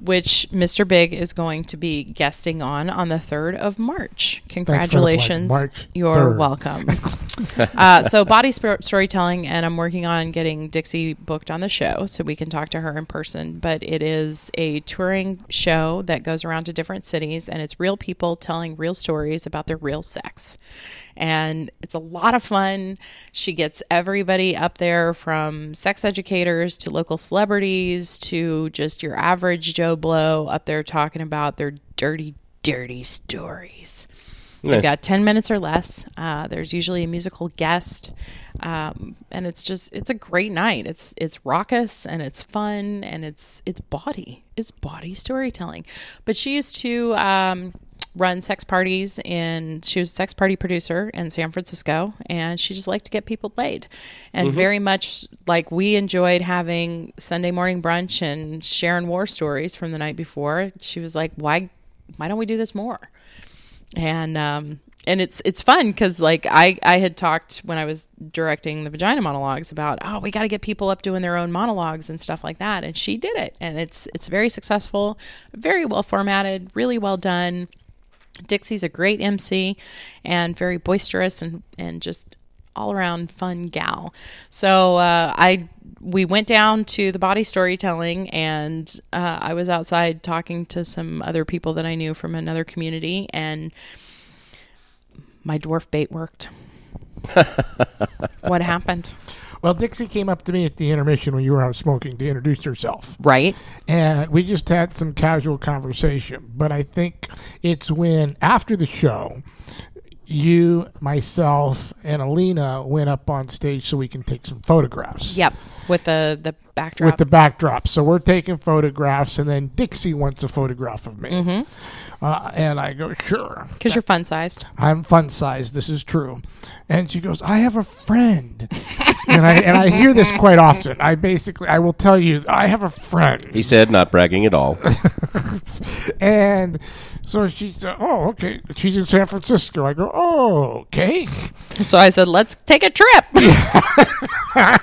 B: which Mr. Big is going to be guesting on on the 3rd of March. Congratulations.
C: March
B: You're
C: 3rd.
B: welcome. uh, so, Body Sp- Storytelling, and I'm working on getting Dixie booked on the show so we can talk to her in person. But it is a touring show that goes around to different cities, and it's real people telling real stories about their real sex. And it's a lot of fun. She gets everybody up there from sex educators to local celebrities to just your average Joe Blow up there talking about their dirty, dirty stories. They've
A: Nice.
B: got 10 minutes or less. Uh, there's usually a musical guest. Um, and it's just, it's a great night. It's, it's raucous and it's fun and it's, it's body, it's body storytelling. But she used to, um, run sex parties and she was a sex party producer in San Francisco and she just liked to get people laid and very much like we enjoyed having Sunday morning brunch and sharing war stories from the night before she was like why why don't we do this more and um and it's it's fun because like I I had talked when I was directing the vagina monologues about oh we got to get people up doing their own monologues and stuff like that and she did it and it's it's very successful very well formatted really well done Dixie's a great MC and very boisterous and, and just all around fun gal. So uh, I we went down to the body storytelling and uh, I was outside talking to some other people that I knew from another community and my dwarf bait worked. what happened?
C: Well, Dixie came up to me at the intermission when you were out smoking to introduce herself.
B: Right?
C: and we just had some casual conversation. But I think it's when after the show, you, myself, and Alina went up on stage so we can take some photographs.
B: Yep. With the the backdrop.
C: With the backdrop, so we're taking photographs, and then Dixie wants a photograph of me, uh, and I go, "Sure."
B: because you're fun sized.
C: I'm fun sized. This is true. And she goes, I have a friend. and I and I hear this quite often. I basically I will tell you, I have a friend.
A: He said, not bragging at all.
C: And so she said, Oh, okay. She's in San Francisco. I go, Oh, okay.
B: So I said, let's take a trip.
C: I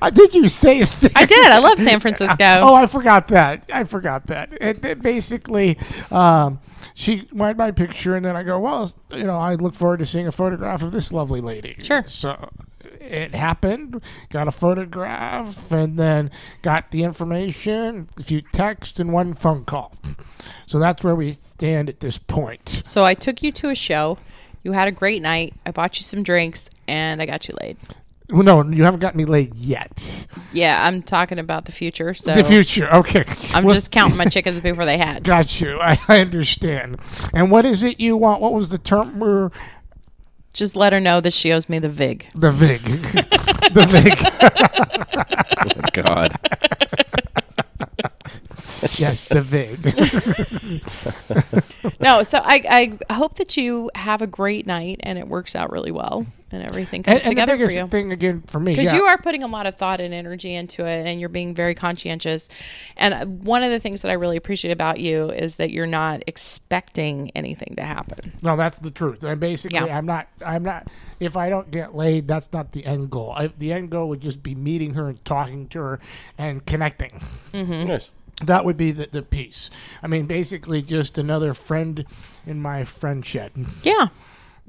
C: Uh, did you say that?
B: I did. I love San Francisco.
C: Oh, I forgot that. I forgot that. And, then basically, um, she wanted my picture, and then I go, well, you know, I look forward to seeing a photograph of this lovely lady.
B: Sure.
C: So it happened. Got a photograph, and then got the information, a few texts, and one phone call. So that's where we stand at this point.
B: So I took you to a show. You had a great night. I bought you some drinks and I got you laid.
C: Well, no, you haven't got me laid yet.
B: Yeah, I'm talking about the future. So
C: The future. Okay.
B: I'm
C: Well,
B: just counting my chickens before they hatch.
C: Got you. I, I understand. And what is it you want? What was the term we were
B: Just let her know that she owes me the VIG.
C: The Vig. the Vig.
A: God.
C: Yes, the Vig.
B: No, so I, I hope that you have a great night and it works out really well and everything comes
C: and, and the
B: together for
C: biggest
B: you.
C: thing again for me.
B: because
C: yeah.
B: you are putting a lot of thought and energy into it and you're being very conscientious and uh, one of the things that i really appreciate about you is that you're not expecting anything to happen
C: No, that's the truth. And basically,
B: Yeah.
C: I'm not. I'm not. If I don't get laid, that's not the end goal. I, the end goal would just be meeting her and talking to her and connecting.
A: Nice.
C: That would be the, the piece. I mean, basically, just another friend in my friend shed.
B: yeah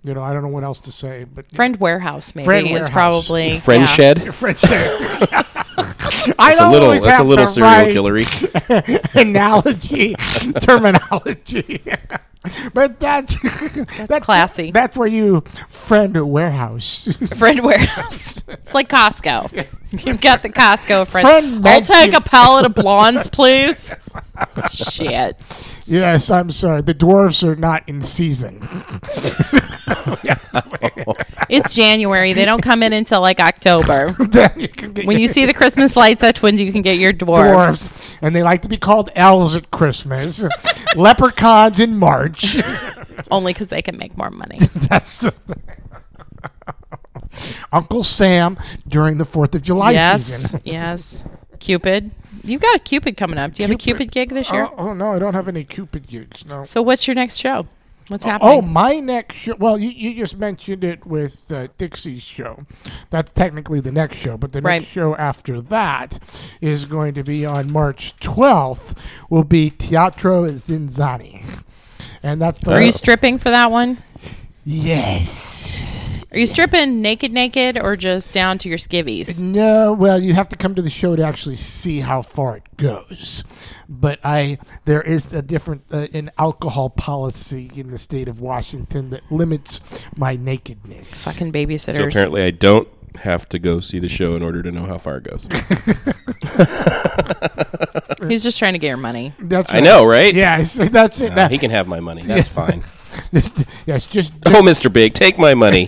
C: You know, I don't know what else to say, but
B: friend warehouse maybe
C: Friend
B: is
C: warehouse.
B: probably
A: Friend
B: yeah.
A: shed.
C: friend shed. I
A: That's a
C: don't
A: little.
C: always
A: That's a
C: have
A: little
C: the
A: serial
C: right
A: killery.
C: analogy terminology. but that's that's,
B: classy.
C: That's where you friend a warehouse.
B: friend warehouse it's like costco You've got the Costco friend.
C: Friend
B: I'll
C: meant
B: take
C: you-
B: a pallet of blondes, please. Shit.
C: Yes, I'm sorry. The dwarves are not in season.
B: It's January. They don't come in until like October.
C: then you can get
B: When you
C: your
B: see the Christmas lights at Twins, you can get your dwarves.
C: dwarves, and they like to be called elves at Christmas, leprechauns in March.
B: Only because they can make more money.
C: That's the thing. Uncle Sam during the Fourth of July
B: yes.
C: season.
B: Yes. Cupid. You've got a Cupid coming up. Do you have a
C: Cupid.
B: Cupid gig this year?
C: Oh, oh, no, I don't have any Cupid gigs. No.
B: So what's your next show? What's happening?
C: Oh, my next show. Well, you, you just mentioned it with uh, Dixie's show. That's technically the next show, but the
B: Right.
C: next show after that is going to be on March 12th. Will be Teatro Zinzani, and that's the
B: Are you stripping for that one?
C: yes.
B: Are you stripping naked, naked, or just down to your skivvies?
C: No, well, you have to come to the show to actually see how far it goes. But I, there is a different uh, an alcohol policy in the state of Washington that limits my nakedness.
B: Fucking
A: So
B: babysitters.
A: apparently, I don't have to go see the show in order to know how far it goes.
B: He's just trying to get your money.
C: That's
A: I
C: right.
A: know, right?
C: Yes, that's it.
A: Uh,
C: That-
A: he can have my money. That's fine.
C: just, yes, just
A: Oh, Mr. Big, take my money.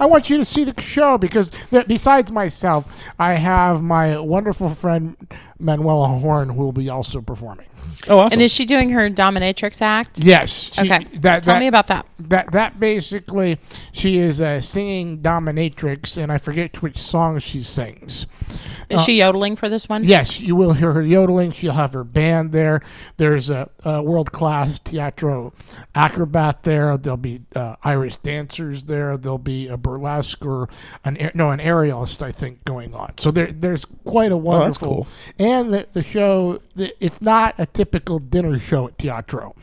C: I want you to see the show because th- besides myself, I have my wonderful friend Manuela Horn who will be also performing.
A: Oh, awesome.
B: And is she doing her dominatrix act?
C: Yes. she-
B: Okay.
C: That,
B: Tell
C: that-
B: me about that.
C: that that basically she is a singing dominatrix and I forget which song she sings. uh,
B: Is she yodeling for this one?
C: Yes, you will hear her yodeling. She'll have her band there. There's a, a world class teatro acrobat there. There'll be uh, Irish dancers there. There'll be a burlesque or an aer- no an aerialist I think going on. So there there's quite a
A: Oh, that's
C: wonderful
A: cool.
C: and the, the show the, it's not a typical dinner show at teatro.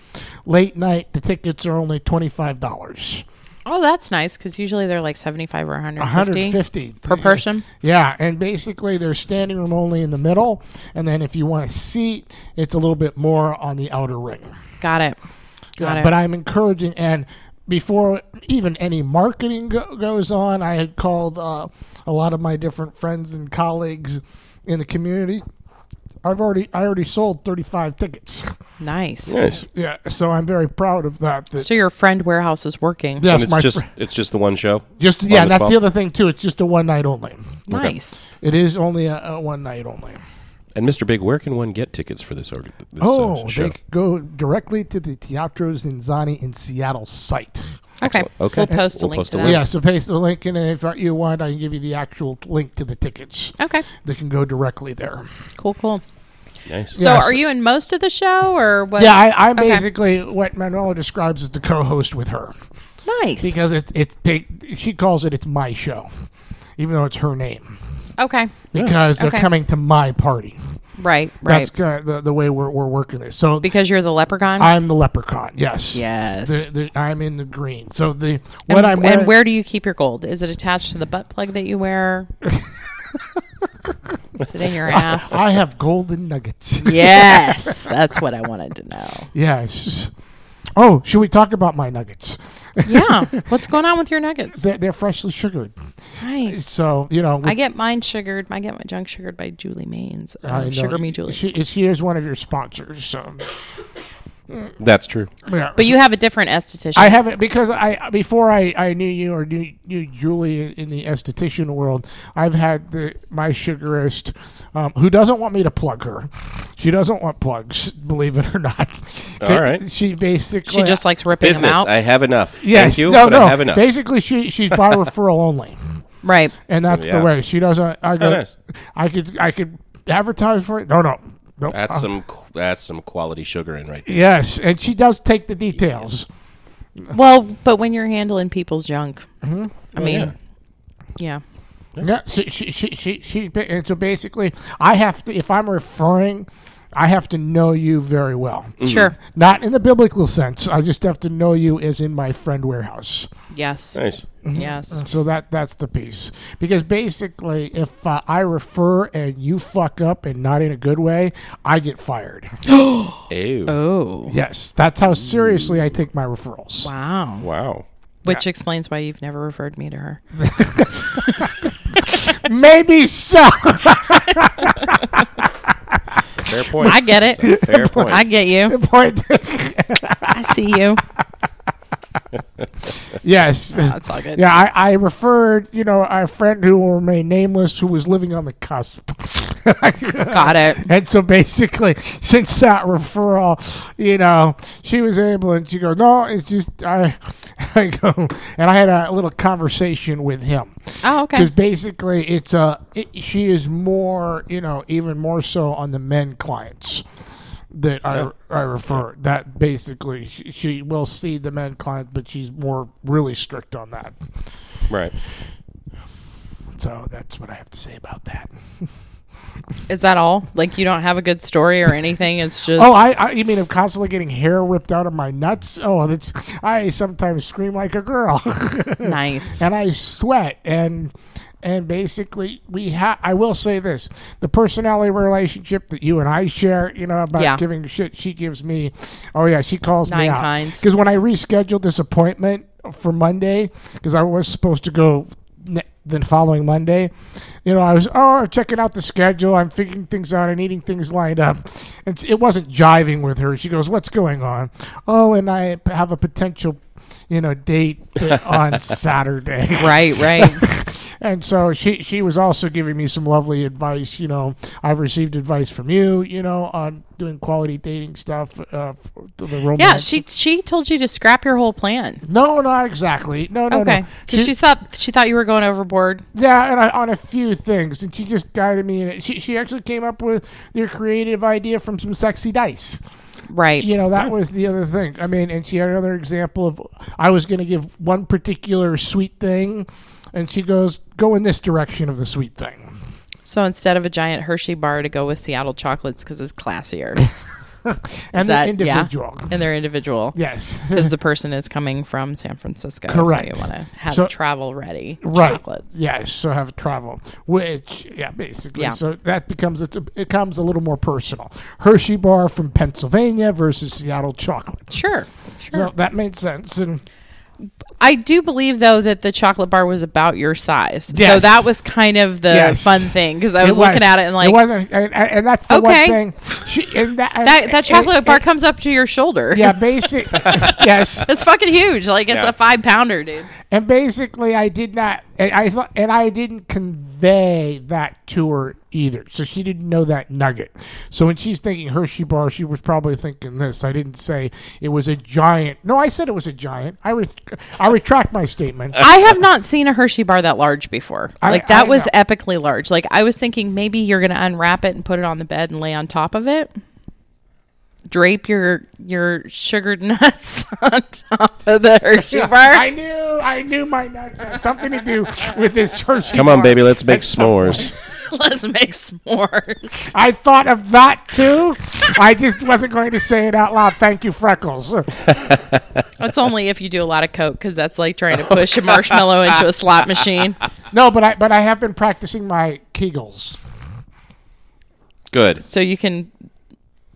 C: Late night the tickets are only twenty five dollars.
B: Oh, that's nice because usually they're like seventy-five or one hundred fifty
C: 150
B: per person.
C: Yeah, and basically there's standing room only in the middle, and then if you want a seat, it's a little bit more on the outer ring. Uh,
B: Got it. Got it.
C: But I'm encouraging, and before even any marketing go- goes on, I had called uh, a lot of my different friends and colleagues in the community. I've already I already sold 35 tickets.
B: nice.
A: nice.
C: yeah, so I'm very proud of that. that
B: So your friend warehouse is working.
A: and
C: yes,
A: it's
C: my
A: just
C: fr-
A: it's just the one show.
C: just yeah,
A: the
C: and that's the
A: 12th.
C: other thing too. It's just a one night only.
B: Nice.
C: It is only a, a one night only.
A: And Mr. Big, where can one get tickets for this, org- this uh,
C: Oh,
A: show?
C: they c- go directly to the Teatro Zinzani in Seattle site.
B: Okay.
A: Excellent. Okay.
B: We'll post a
A: We'll
B: link
A: post
B: to
A: a
B: that.
A: link.
C: Yeah, so paste the link in, and if you want, I can give you the actual link to the tickets.
B: Okay.
C: They can go directly there.
B: Cool. Cool.
A: nice.
B: So
C: Yeah, so-
B: are you in most of the show or what?
C: yeah, I, I'm
B: okay.
C: basically what Manuela describes as the co-host with her
B: nice.
C: because it's it's they, she calls it it's my show, even though it's her name
B: okay.
C: because
B: Okay.
C: they're coming to my party.
B: Right.
C: That's
B: Right.
C: kind of the, the way we're we're working this. So
B: Because you're the leprechaun.
C: I'm the leprechaun. Yes.
B: yes.
C: The, the, I'm in the green. So the what
B: and,
C: I'm
B: and
C: wearing-
B: where do you keep your gold? Is it attached to the butt plug that you wear? Is it in your ass?
C: I have golden nuggets.
B: yes, that's what I wanted to know.
C: Yes. Oh, should we talk about my nuggets?
B: Yeah, what's going on with your nuggets?
C: they're, they're freshly sugared.
B: Nice.
C: So, you know, we,
B: I get mine sugared. I get my junk sugared by Julie Maines. of
C: I know
B: Sugar me, Julie.
C: She, she is one of your sponsors. So,
A: That's true.
C: yeah.
B: but you have a different esthetician.
C: I haven't because I before I, I knew you or knew, knew Julie in the esthetician world. I've had the, my sugarist um, who doesn't want me to plug her. She doesn't want plugs, believe it or not.
A: All right.
C: She basically
B: she just likes ripping them
A: Business.
B: out.
A: I have enough. Thank
C: yes,
A: you.
C: no,
A: but
C: no.
A: I have enough.
C: Basically, she she's by referral only.
B: right.
C: and that's
A: Yeah.
C: the way she doesn't. I go,
A: Oh, nice.
C: I could, I could advertise for it. No, no, no.
A: That's
C: Uh,
A: some qu- that's some quality sugar in right there.
C: yes, and she does take the details.
B: Well, but when you're handling people's junk, I mean,
A: yeah.
B: yeah.
C: Yeah, she, she, she, she, she, ba- and so basically, I have to. If I'm referring, I have to know you very well.
B: sure.
C: Not in the biblical sense. I just have to know you as in my friend warehouse.
B: Yes,
A: Nice.
B: yes.
C: So that that's the piece. Because basically, if uh, I refer and you fuck up and not in a good way, I get fired.
A: Ew.
B: Oh,
C: Yes, that's how seriously I take my referrals.
B: wow.
A: Wow.
B: Which explains why you've never referred me to her.
C: Maybe so.
A: Fair point.
B: I get it.
A: It's a fair point.
B: I get you.
C: Point.
B: I see you.
C: yes.
B: That's all good.
C: Yeah, I, I referred, you know, our friend who will remain nameless who was living on the cusp.
B: Got it.
C: And so basically, since that referral, you know, she was able, and she goes, "No, it's just I." I go, and I had a little conversation with him
B: Oh, okay.
C: because basically, it's uh it, she is more, you know, even more so on the men clients that I I refer. That basically, she, she will see the men clients, but she's more really strict on that.
A: Right.
C: So that's what I have to say about that.
B: Is that all? Like you don't have a good story or anything? It's just
C: Oh, I, I you mean I'm constantly getting hair ripped out of my nuts? Oh, that's I sometimes scream like a girl,
B: nice.
C: and I sweat, and and basically we have. I will say this: the personality relationship that you and I share, you know, about
B: Yeah.
C: giving shit, she gives me. Oh yeah, she calls me
B: Nine
C: out
B: kinds.
C: because when I rescheduled this appointment for Monday, because I was supposed to go ne- the following Monday, you know, I was oh checking out the schedule, I'm figuring things out, and eating things lined up, and s- it wasn't jiving with her. She goes, "What's going on?" Oh, and I p- have a potential, you know, date on Saturday.
B: Right, right.
C: And so she she was also giving me some lovely advice. You know, I've received advice from you. You know, on doing quality dating stuff. Uh, f- the romance.
B: Yeah, she she told you to scrap your whole plan.
C: No, not exactly. No, no,
B: Okay.
C: no.
B: 'Cause she, thought she thought you were going overboard.
C: yeah, and I, on a few things, and she just guided me. in it. she she actually came up with their creative idea from some sexy dice.
B: Right.
C: You know, that was the other thing. I mean, and she had another example of I was going to give one particular sweet thing, and she goes, "Go in this direction of the sweet thing."
B: So instead of a giant Hershey bar to go with Seattle chocolates because it's classier
C: And
B: that-
C: the
B: yeah.
C: individual.
B: and they're individual
C: Yes.
B: because the person is coming from San Francisco.
C: Correct.
B: So you want to have
C: So-
B: travel ready
C: Right.
B: chocolates.
C: Yes. So have travel, which yeah, basically.
B: Yeah.
C: So that becomes it. It comes a little more personal. Hershey bar from Pennsylvania versus Seattle chocolate.
B: Sure. Sure.
C: So that made sense. And
B: I do believe though that the chocolate bar was about your size. So
C: Yes.
B: that was kind of the
C: Yes.
B: fun thing because I was, looking at it and like
C: it wasn't. And, and- and that's the
B: Okay.
C: one thing. She, and that,
B: that that chocolate
C: and-
B: bar
C: and-
B: comes up to your shoulder.
C: yeah, basic. yes,
B: It's fucking huge. Like it's
A: Yeah.
B: a five pounder, dude.
C: and basically, I did not, and I thought- and I didn't convey that to her either, so she didn't know that nugget. So when she's thinking Hershey bar, she was probably thinking this. I didn't say it was a giant. No, I said it was a giant. I was, I retract my statement.
B: I have not seen a Hershey bar that large before.
C: I-
B: like that
C: I
B: was
C: know.
B: epically large. Like I was thinking maybe you're gonna unwrap it and put it on the bed and lay on top of it. Drape your your sugared nuts on top of the Hershey bar.
C: I knew, I knew my nuts had something to do with this Hershey.
A: Come on,
C: bar
A: baby. Let's make
C: at some point.
A: s'mores.
B: Let's make s'mores.
C: I thought of that too. I just wasn't going to say it out loud. Thank you, Freckles.
B: That's only if you do a lot of coke because that's like trying to push a marshmallow into a slot machine.
C: No, but I but I have been practicing my Kegels.
A: Good.
B: So you can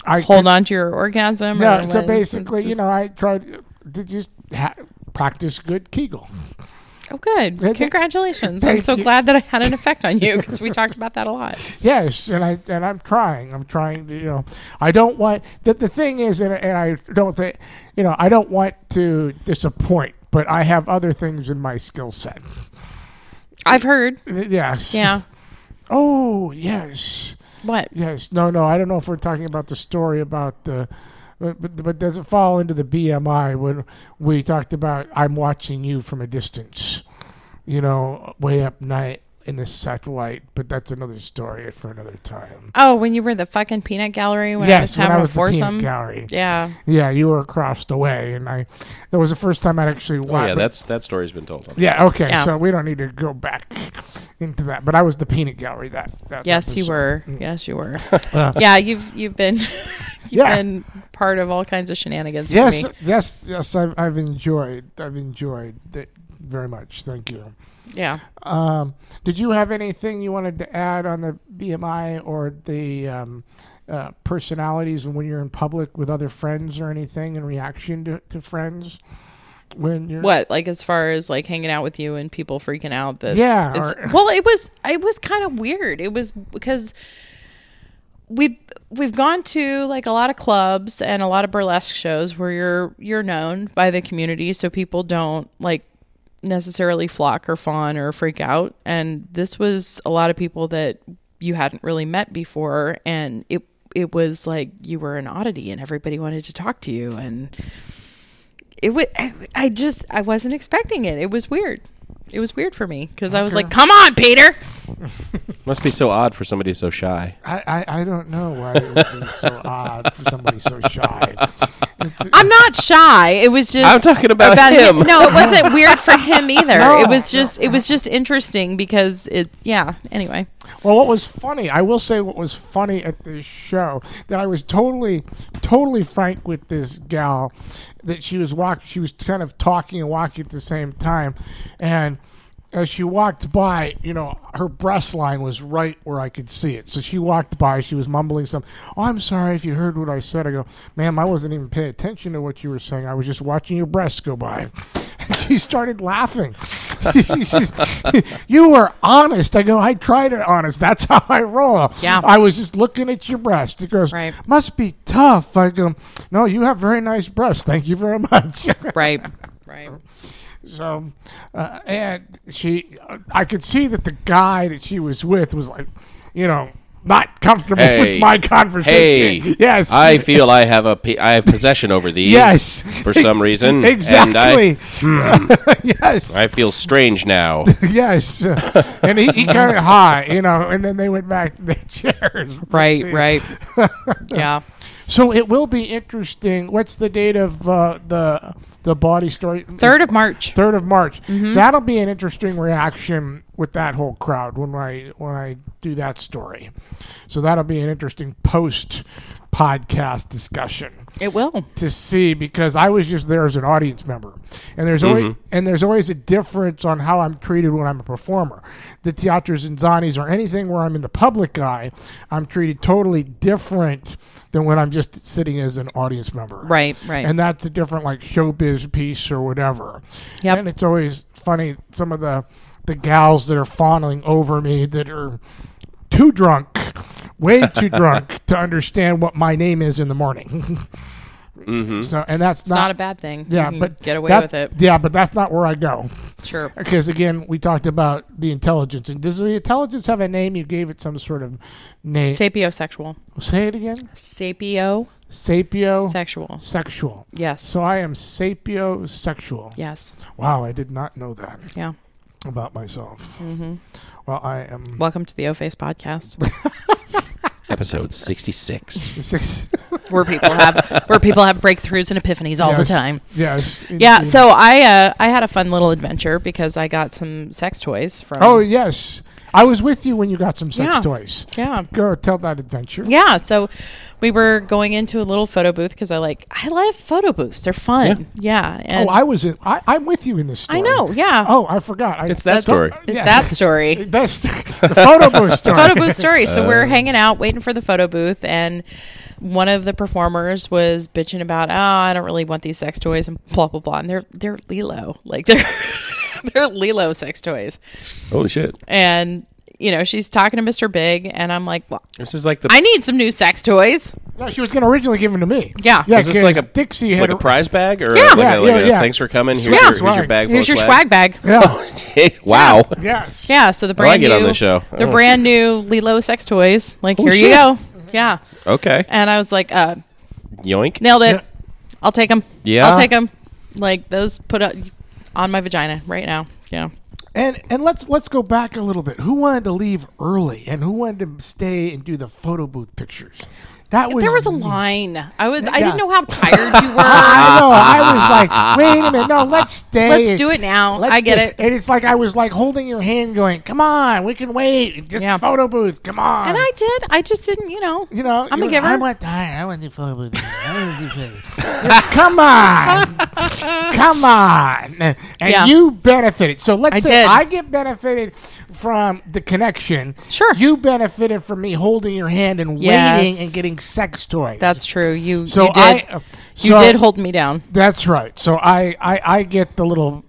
C: I
B: hold on to your orgasm.
C: No,
B: or
C: so
B: when-
C: basically,
B: just-
C: you know, I tried to just ha- practice good Kegel.
B: Oh, good.
C: Thank-
B: Congratulations. I'm
C: thank
B: so
C: you.
B: glad that I had an effect on you because we talked about that a lot.
C: Yes, and I and I'm trying. I'm trying to, you know, I don't want that. The thing is, and, and I don't think, you know, I don't want to disappoint. But I have other things in my skill set.
B: I've heard.
C: Yes.
B: Yeah.
C: Oh, yes.
B: What?
C: Yes. No, no. I don't know if we're talking about the story about the. But, but, but does it fall into the BMI when we talked about I'm watching you from a distance? You know, way up night in the satellite. But that's another story for another time.
B: Oh, when you were the fucking peanut gallery when I was
C: yes, when
B: having
C: I was
B: a
C: the peanut
B: foursome.
C: gallery.
B: yeah.
C: Yeah, you were across the way, and I. That was the first time I'd actually
A: Oh,
C: watched.
A: yeah, that's that story's been told. On.
C: Yeah. Okay.
B: Yeah.
C: So we don't need to go back into that. But I was the peanut gallery. That. that uh, mm.
B: Yes, you
C: episode.
B: were. Yes, you were. yeah, you've you've been you've
C: Uh. Yeah.
B: been part of all kinds of shenanigans.
C: Yes,
B: For me.
C: yes, yes. I've, I've enjoyed. I've enjoyed it very much. Thank you.
B: Yeah.
C: Um, did you have anything you wanted to add on the BMI or the um, uh, personalities and when you're in public with other friends or anything in reaction to, to friends? when you're
B: What like as far as like hanging out with you and people freaking out that
C: Yeah,
B: it's,
C: or-
B: well it was it was kind of weird it was because we we've gone to like a lot of clubs and a lot of burlesque shows where you're you're known by the community so people don't like necessarily flock or fawn or freak out and this was a lot of people that you hadn't really met before and it it was like you were an oddity and everybody wanted to talk to you and it would i just i wasn't expecting it it was weird it was weird for me because i was like come on peter
A: Must be so odd for somebody so shy.
C: I, I I don't know why it would be so odd for somebody so shy. It's-
B: i'm not shy it was just
A: I'm talking about him.
B: no it wasn't weird for him either it was just it was just interesting because it's yeah anyway
C: Well, what was funny, I will say what was funny at this show that I was totally, totally frank with this gal that she was walk, she was kind of talking and walking at the same time, and as she walked by, you know, her breast line was right where I could see it. So she walked by, she was mumbling something. Oh, I'm sorry if you heard what I said. I go, ma'am, I wasn't even paying attention to what you were saying. I was just watching your breasts go by. And she started laughing. She says, you were honest. I go, I tried it honest. That's how I roll.
B: Yeah.
C: I was just looking at your breast. It goes,
B: Right.
C: must be tough. I go, no, you have very nice breasts. Thank you very much.
B: right right
C: so, uh, and she, I could see that the guy that she was with was like, you know, not comfortable
A: Hey.
C: with my conversation.
A: Hey,
C: yes.
A: I feel I have a pe- I have possession over these.
C: Yes.
A: for some reason. And
C: Exactly.
A: I,
C: yes.
A: I feel strange now.
C: Yes, and he, he got it high, you know, and then they went back to their chairs.
B: right right yeah
C: So it will be interesting. What's the date of uh, the the body story?
B: third of march
C: Third of March. That'll be an interesting reaction with that whole crowd when I when I do that story. So that'll be an interesting post podcast discussion
B: it will
C: to see because I was just there as an audience member, and there's always and there's always a difference on how I'm treated when I'm a performer. The theaters and zonis or anything where I'm in the public eye, I'm treated totally different than when I'm just sitting as an audience member.
B: right right
C: And that's a different like showbiz piece or whatever.
B: Yep.
C: And it's always funny some of the the gals that are fawning over me that are too drunk, way too drunk to understand what my name is in the morning. So and that's
B: Mm-hmm. it's not a bad thing You
C: yeah,
B: can
C: but
B: get away
C: that-
B: with it
C: Yeah, but that's not where I go
B: sure
C: because again we talked about the intelligence. And does the intelligence have a name? You gave it some sort of name.
B: sapiosexual
C: Say it again.
B: sapio
C: Sapio
B: sexual
C: sexual.
B: yes
C: Oh. So I am sapiosexual.
B: yes
C: Wow, I did not know that
B: yeah
C: about myself.
B: Mm-hmm.
C: Well, I am
B: welcome to the o face podcast
A: Episode sixty six.
C: six.
B: where people have where people have breakthroughs and epiphanies all
C: Yes. Mm-hmm.
B: the time.
C: Yes.
B: Yeah,
C: indeed.
B: so I uh, I had a fun little adventure because I got some sex toys from
C: oh yes, I was with you when you got some sex
B: Yeah.
C: toys.
B: yeah.
C: Go tell that adventure.
B: Yeah, so we were going into a little photo booth because I like I love photo booths. They're fun. Yeah.
C: Oh,
B: and
C: I was. In, I, I'm with you in this story.
B: I know, yeah.
C: Oh, I forgot. I,
A: It's that story.
B: It's
C: Yeah.
B: that story.
C: That's the photo booth story.
B: photo booth story. So we're
A: Um,
B: hanging out, waiting for the photo booth, and one of the performers was bitching about, oh, I don't really want these sex toys and blah blah blah. And they're they're Lilo, like they're they're Lilo sex toys.
A: Holy shit!
B: And you know, she's talking to Mr. Big, and I'm like, well,
A: This is like the
B: I need some new sex toys.
C: No, she was going to originally give them to me.
B: Yeah.
C: Yeah.
A: Is this
C: 'cause
A: like a-
C: Dixie had
A: like a prize bag or
B: Yeah.
A: like, a,
B: Yeah,
A: like
C: yeah,
A: a
C: yeah.
A: thanks for coming. Here's,
B: Yeah.
A: your, here's your
C: Swag.
A: bag. full
B: Here's
A: of
B: your swag bag.
C: Yeah.
A: Hey, wow.
C: yes.
B: Yeah, so the
A: I like
B: brand
A: it
B: new
A: on the show.
B: the
A: Oh.
B: brand new Lilo sex toys. Like here
A: shit.
B: you go. Yeah.
A: Okay.
B: And I was like, uh,
A: Yoink.
B: nailed it.
C: Yeah.
B: I'll take them.
A: Yeah.
B: I'll take them. Like those put up on my vagina right now. Yeah.
C: And and let's let's go back a little bit. Who wanted to leave early and who wanted to stay and do the photo booth pictures? That was
B: There was a line. I was I
C: Yeah.
B: didn't know how tired you were.
C: I know. I was like, wait a minute. No, let's stay.
B: Let's do it now.
C: Let's
B: I get
C: stay.
B: it.
C: And it's like I was like holding your hand, going, "Come on, we can wait. Just
B: Yeah.
C: photo booth. Come on."
B: And I did. I just didn't, you know.
C: you know,
B: I'm
C: you
B: a
C: were,
B: giver.
C: I want time. I want to photo booth. I want to do photo. Come on, come on, and
B: Yeah.
C: you benefited. So let's
B: I
C: say
B: did.
C: I get benefited from the connection.
B: Sure.
C: you benefited from me holding your hand and
B: Yes.
C: waiting and getting selling sex toys.
B: That's true. You
C: so
B: you did
C: I. uh,
B: you
C: so-
B: did hold me down.
C: That's right. So I, I, I get the little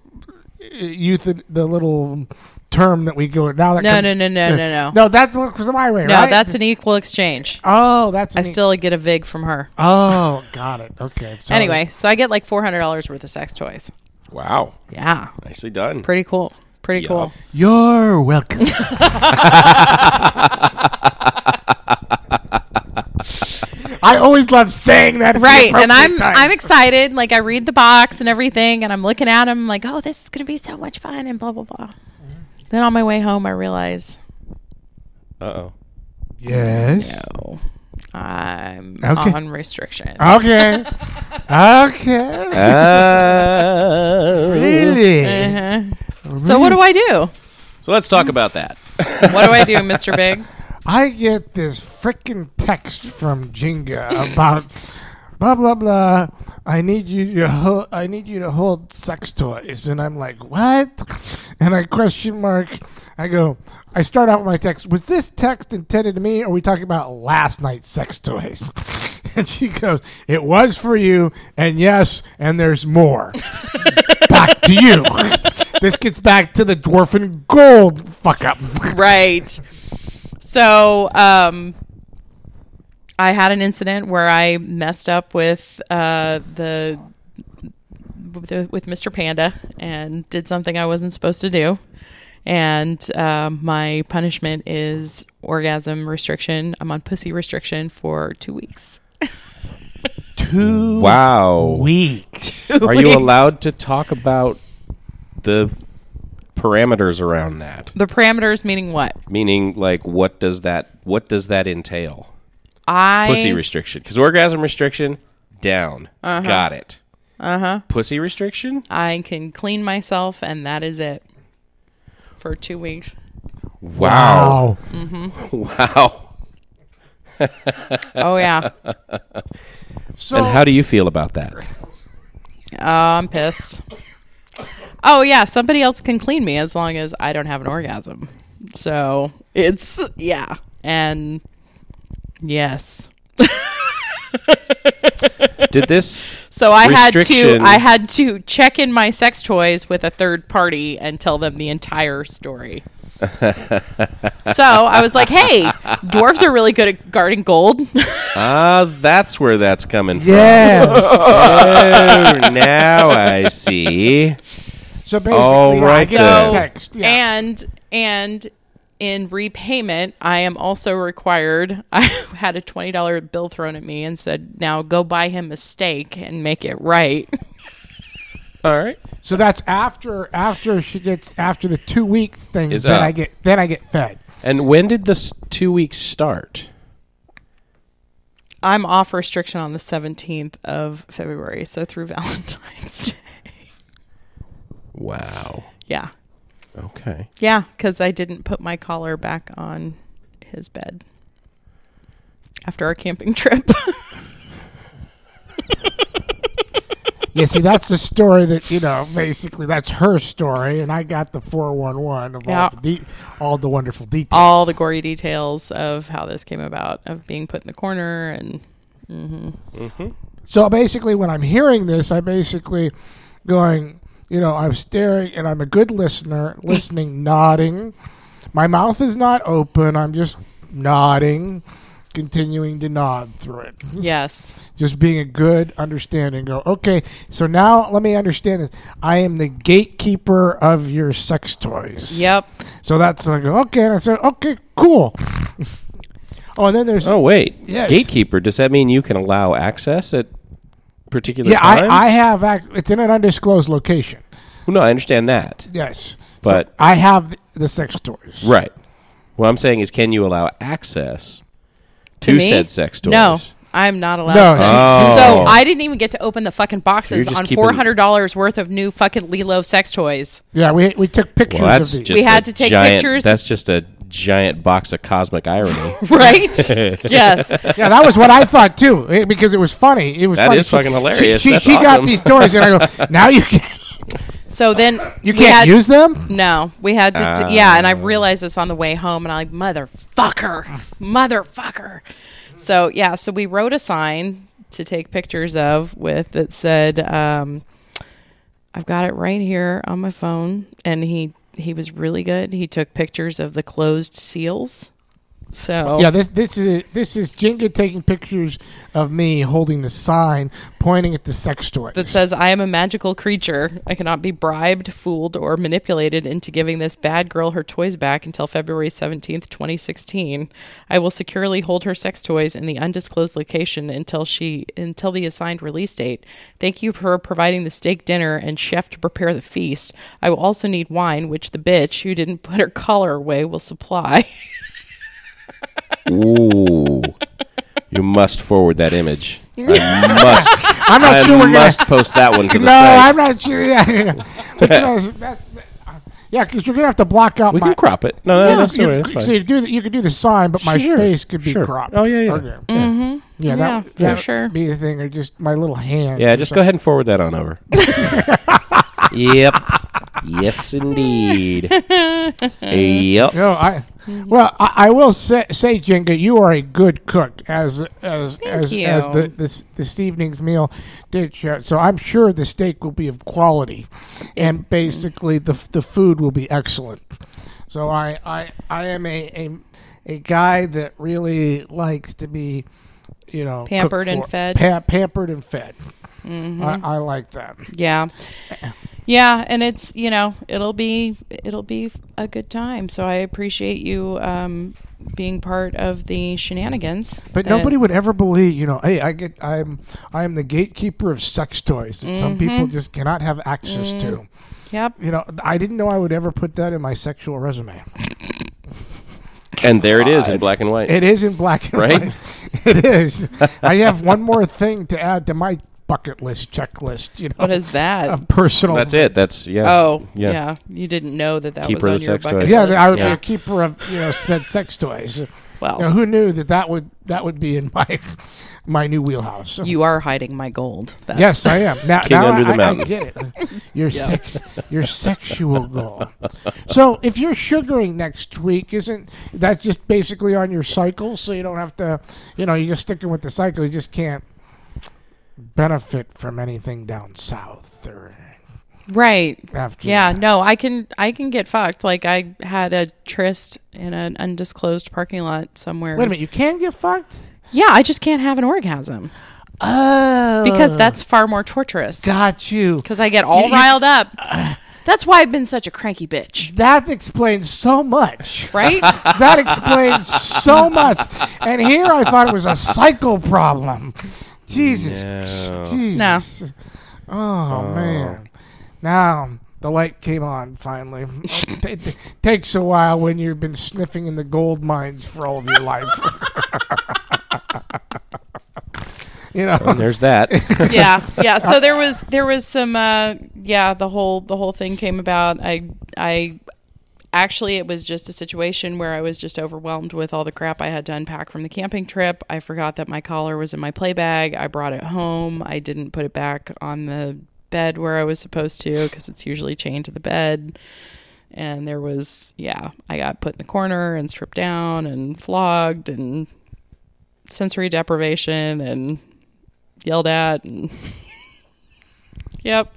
C: uh, youth the little term that we go now. That
B: No,
C: comes-
B: no, no, no, no, no.
C: No, that's what was my way.
B: No,
C: right?
B: that's an equal exchange.
C: oh, that's
B: I
C: an e-
B: still get a vig from her.
C: Oh, got it. Okay. sorry.
B: Anyway, so I get like four hundred dollars worth of sex toys.
A: Wow.
B: Yeah,
A: Nicely done.
B: pretty cool. Pretty
A: Yeah.
B: cool.
C: you're welcome. I always love saying that. at the
B: Right, and I'm
C: appropriate
B: I'm
C: times.
B: excited. Like I read the box and everything, and I'm looking at them like, oh, this is gonna be so much fun, and blah blah blah. Then on my way home, I realize,
A: Uh oh.
C: Yes.
B: no, oh, I'm
C: Okay.
B: on restriction.
C: Okay. okay.
B: Uh,
C: Really?
B: Uh-huh. So what do I do?
A: so let's talk about that.
B: What do I do, Mister Big?
C: I get this frickin' text from Jenga about blah blah blah. I need you to ho- I need you to hold sex toys, and I'm like, what? And I question mark. I go. I start out with my text. Was this text intended to me? Or are we talking about last night's sex toys? And she goes, "It was for you, and yes, and there's more." back to you. this gets back to the dwarfen gold fuck up.
B: right. So, um, I had an incident where I messed up with uh, the with with Mr. Panda and did something I wasn't supposed to do, and uh, my punishment is orgasm restriction. I'm on pussy restriction for two weeks.
C: Two
A: Wow.
C: weeks.
A: Are you
B: Weeks.
A: allowed to talk about the parameters around that?
B: The parameters meaning what?
A: Meaning, like, what does that what does that entail?
B: I Uh-huh.
A: Pussy restriction, because orgasm restriction down. Got it. Uh huh. Pussy restriction.
B: I can clean myself, and that is it for two weeks.
A: Wow.
C: Wow.
A: Wow.
B: Oh yeah.
C: So
A: And how do you feel about that?
B: Oh, I'm pissed. Oh yeah, somebody else can clean me as long as I don't have an orgasm. So it's yeah, and yes.
A: Did this?
B: So I had to
A: Restriction.
B: I had to check in my sex toys with a third party and tell them the entire story. so I was like, "Hey, dwarves are really good at guarding gold."
A: Ah, that's where that's coming from.
C: yes.
A: Oh, now I see.
C: so basically,
A: All
C: yeah, I
A: right
C: get
B: so
C: the text. Yeah.
B: and and in repayment i am also required i had a $20 bill thrown at me and said now go buy him a steak and make it right
A: All right.
C: so that's after after she gets after the two weeks thing.
A: Is
C: then
A: up.
C: I get then I get fed.
A: And when did this two weeks start?
B: i'm off restriction on the 17th of february so through valentine's day
A: Wow.
B: yeah
A: Okay.
B: yeah because i didn't put my collar back on his bed after our camping trip
C: Yeah. See, that's the story that you know. Basically, that's her story, and I got the four one one of
B: Yeah.
C: all the de- all the wonderful details.
B: all the gory details of how this came about of being put in the corner and
C: So basically, when I'm hearing this, I basically going, you know, I'm staring and I'm a good listener, listening, nodding. My mouth is not open. I'm just nodding, continuing to nod through it.
B: yes
C: Just being a good understanding. Go, okay, so now let me understand this. I am the gatekeeper of your sex toys.
B: Yep.
C: So that's when I go, okay. And I said, okay, cool. oh, and then there's.
A: Oh wait.
C: Yes.
A: Gatekeeper. Does that mean you can allow access at particular
C: yeah,
A: times?
C: I, I have. Ac- it's in an undisclosed location.
A: Well, no, I understand that.
C: Yes.
A: But-
C: So I have the sex toys.
A: Right. What I'm saying is, can you allow access to,
B: me?
A: said sex toys?
B: No, I'm not allowed
C: No,
B: to.
C: she-
A: Oh.
B: So I didn't even get to open the fucking boxes
A: just
B: on
A: keeping-
B: four hundred dollars worth of new fucking Lilo sex toys.
C: Yeah, we, we took pictures
A: Well,
C: of
A: that's
C: these.
A: just
B: We had
A: a
B: to take
A: giant-
B: pictures.
A: That's just a giant box of cosmic irony.
B: Right? yes.
C: yeah, that was what I thought too, eh, because it was funny. It was
A: That
C: funny.
A: is fucking hilarious.
C: She, she,
A: That's
C: she got
A: awesome.
C: these toys, and I go, now you can.
B: So then we
C: You can't
B: had-
C: use them?
B: No, we had to. t- yeah, and I realized this on the way home, and I'm like, motherfucker, motherfucker. So yeah, so we wrote a sign to take pictures of with that said, um, "I've got it right here on my phone," and he he was really good. He took pictures of the closed seals. So
C: Yeah, this this is this is Jenga taking pictures of me holding the sign pointing at the sex toys.
B: that says, I am a magical creature. I cannot be bribed, fooled, or manipulated into giving this bad girl her toys back until February 17th, 2016. I will securely hold her sex toys in the undisclosed location until she until the assigned release date. Thank you for providing the steak dinner and chef to prepare the feast. I will also need wine, which the bitch who didn't put her collar away will supply.
A: Ooh. you must forward that image. I must.
C: I'm not
A: I
C: sure we're
A: must post that one to the
C: gonna. No,
A: site.
C: I'm not sure. Yeah, yeah. but you know, that's yeah, because you're gonna have to block out.
A: we
C: my,
A: can crop it. No, no,
C: Yeah,
A: no, that's
C: you,
A: all right. That's
C: so
A: fine.
C: you do the, you could do the sign, but my
A: Sure,
C: face could be
A: sure.
C: cropped.
A: Oh, yeah, yeah.
C: Okay.
B: Mm-hmm.
C: yeah,
B: Yeah,
C: that,
B: for
C: that
B: sure.
C: would be the thing, or just my little hand.
A: Yeah, just go ahead and forward that on over. yep. Yes, indeed. yep.
C: No, I.
B: Mm-hmm.
C: Well, I, I will say, say, Jenga, you are a good cook, as as as,
B: you.
C: as the this this evening's meal did show. So I'm sure the steak will be of quality, and basically the the food will be excellent. So I I, I am a, a a guy that really likes to be, you know, cooked
B: Pampered and
C: for-
B: fed. Mm-hmm.
C: pa- pampered and fed. I, I like that.
B: Yeah. Yeah, and it's you know it'll be it'll be a good time. So I appreciate you um, being part of the shenanigans.
C: But
B: that-
C: nobody would ever believe, you know, hey, I get, I'm, I'm the gatekeeper of sex toys that some
B: Mm-hmm.
C: people just cannot have access
B: Mm.
C: to.
B: Yep.
C: You know, I didn't know I would ever put that in my sexual resume.
A: And there it is in black and white.
C: It is in black and
A: Right?
C: white. It is. I have one more thing to add to my bucket list checklist. You know,
B: What is that?
C: of personal.
A: That's it. That's yeah.
B: oh,
A: yeah.
B: yeah. You didn't know that that
A: Keeper of
B: was
A: the
B: on your
A: sex
B: bucket
A: toys.
C: Yeah,
B: list.
C: I would be
A: Yeah.
C: a keeper of you know said sex toys. You
B: Well,
C: know, who knew that that would that would be in my my new wheelhouse?
B: you are hiding my gold. That's,
C: Yes, I am. Now,
A: King
C: now
A: under
C: I,
A: the
C: I-
A: mountain.
C: I get it. Your sex, your sexual goal. So if you're sugaring next week, isn't that's just basically on your cycle? So you don't have to, you know, you're just sticking with the cycle. You just can't benefit from anything down south or
B: Right.
C: after.
B: Yeah,
C: that.
B: no, I can I can get fucked. Like I had a tryst in an undisclosed parking lot somewhere.
C: Wait a minute. You can get fucked.
B: Yeah, I just can't have an orgasm
C: Oh,
B: because that's far more torturous.
C: got you.
B: because I get all
C: you-
B: riled up. That's why I've been such a cranky bitch,
C: That explains so much.
B: right?
C: That explains so much. And here I thought it was a cycle problem. Jesus.
A: No.
C: Jesus. Oh, man. Now the light came on finally. it t- t- takes a while when you've been sniffing in the gold mines for all of your life. you know.
A: And there's that.
B: yeah, yeah. So there was there was some uh, yeah. The whole the whole thing came about. I I actually it was just a situation where I was just overwhelmed with all the crap I had to unpack from the camping trip. I forgot that my collar was in my play bag. I brought it home. I didn't put it back on the bed where I was supposed to because it's usually chained to the bed. and there was yeah i got put in the corner and stripped down and flogged and sensory deprivation and yelled at and yep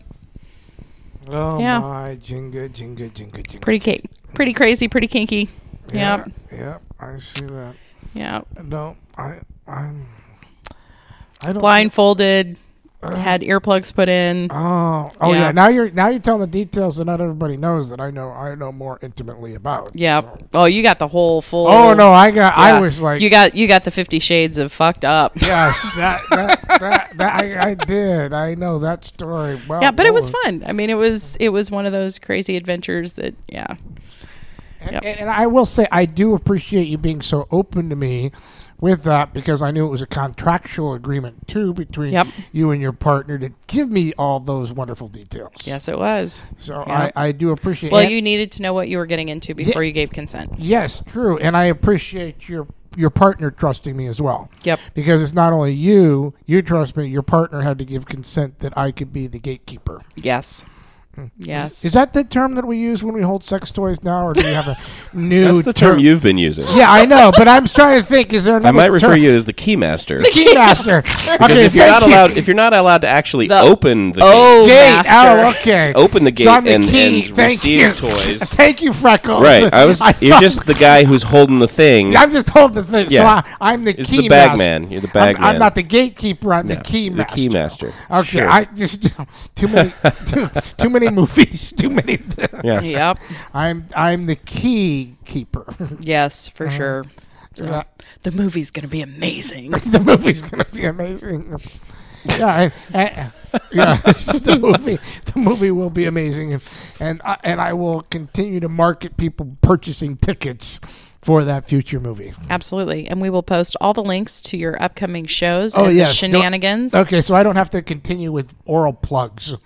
C: Oh
B: Yeah.
C: my jinga jinga jinga jinga.
B: pretty ca- pretty crazy pretty kinky yep
C: Yeah, I see that.
B: yep
C: No, I I'm I don't
B: blindfolded
C: Uh-huh.
B: had earplugs put in
C: Oh, oh yeah.
B: Yeah.
C: Now you're now you're telling the details that not everybody knows that I know I know more intimately about.
B: yep
C: so.
B: oh you got the whole full
C: Oh no, I got.
B: Yeah.
C: I was like,
B: you got you got the 50 shades of fucked up
C: yes, that that, that, that I, I did. I know that story. Well,
B: yeah but it was
C: boy.
B: fun i mean it was it was one of those crazy adventures that yeah
C: And,
B: Yep.
C: and, and I will say, I do appreciate you being so open to me with that because I knew it was a contractual agreement too between
B: Yep.
C: you and your partner to give me all those wonderful details.
B: yes it was
C: So
B: Yeah.
C: I, I do appreciate.
B: Well,
C: and-
B: you needed to know what you were getting into before you gave consent.
C: Yes, true, and I appreciate your your partner trusting me as well.
B: Yep.
C: Because it's not only you, you trust me. Your partner had to give consent that I could be the gatekeeper.
B: Yes. Yes.
C: Is that the term that we use when we hold sex toys now, or do you have a new
A: That's the term you've been using.
C: Yeah, I know, but I'm trying to think. Is there another
A: I might refer
C: term?
A: you as the keymaster.
C: Keymaster.
A: Because
C: okay,
A: if you're
C: thank
A: not
C: you.
A: allowed, if you're not allowed to actually
B: The-
A: open the
B: Oh,
A: gate,
C: gate.
B: master.
C: Oh, okay.
A: open the gate
C: So I'm the
A: and,
C: key.
A: and
C: Thank
A: receive
C: you.
A: toys,
C: Thank you, Freckles.
A: right? I was. you're
C: thought-
A: just the guy who's holding the thing.
C: I'm just holding the thing. So
A: Yeah.
C: I, I'm the
A: It's
C: key
A: the bag
C: master.
A: man. You're the bag
C: I'm,
A: man.
C: I'm not the gatekeeper. I'm
A: No,
C: the key
A: the
C: master.
A: key master.
C: Okay,
A: Sure.
C: I just too many too, too many movies. Too many.
A: Yes.
B: Yep.
C: I'm I'm the key keeper.
B: Yes, for
C: Uh-huh.
B: sure. So,
C: Yeah.
B: the movie's gonna be amazing.
C: the movie's gonna be amazing. Yeah, I, I, yeah. the movie, the movie will be amazing, and and I, and I will continue to market people purchasing tickets for that future movie.
B: Absolutely. And we will post all the links to your upcoming shows
C: Oh,
B: and
C: yes.
B: the
C: Don't-
B: shenanigans.
C: Okay, so I don't have to continue with oral plugs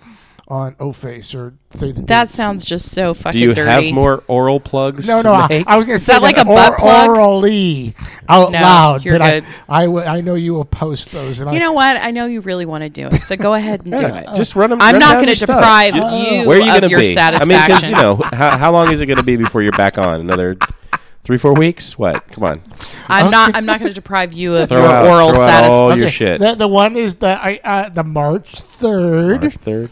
C: on O Face or say the
B: That
C: dates.
B: sounds just so
A: Do
B: fucking
A: you
B: dirty.
A: have more oral plugs?
C: No,
A: to
C: no, I,
A: make?
C: I was gonna say
B: that like a
C: or-
B: butt plug?
C: orally out
B: No,
C: loud,
B: you're
C: but I
B: good.
C: I, w- I know you will post those, and I,
B: You know what? I know you really want to do it, so go ahead and do
A: Yeah,
B: it.
A: just run 'em-
B: I'm
A: run
B: not
A: down
B: going
A: your
B: to
A: stuff.
B: deprive
A: You-
B: you,
A: Where are you
B: of
A: going to
B: your
A: be? I
B: satisfaction.
A: mean, because you know, how, how long is it going to be before you're back on? Another three, four weeks? What? Come on,
B: I'm not. I'm not going to deprive you of
A: Throw
B: your
A: out-
B: oral
A: throw out all
B: satisfaction.
A: your shit.
C: The, the one is the I, uh, the March third.
A: March third.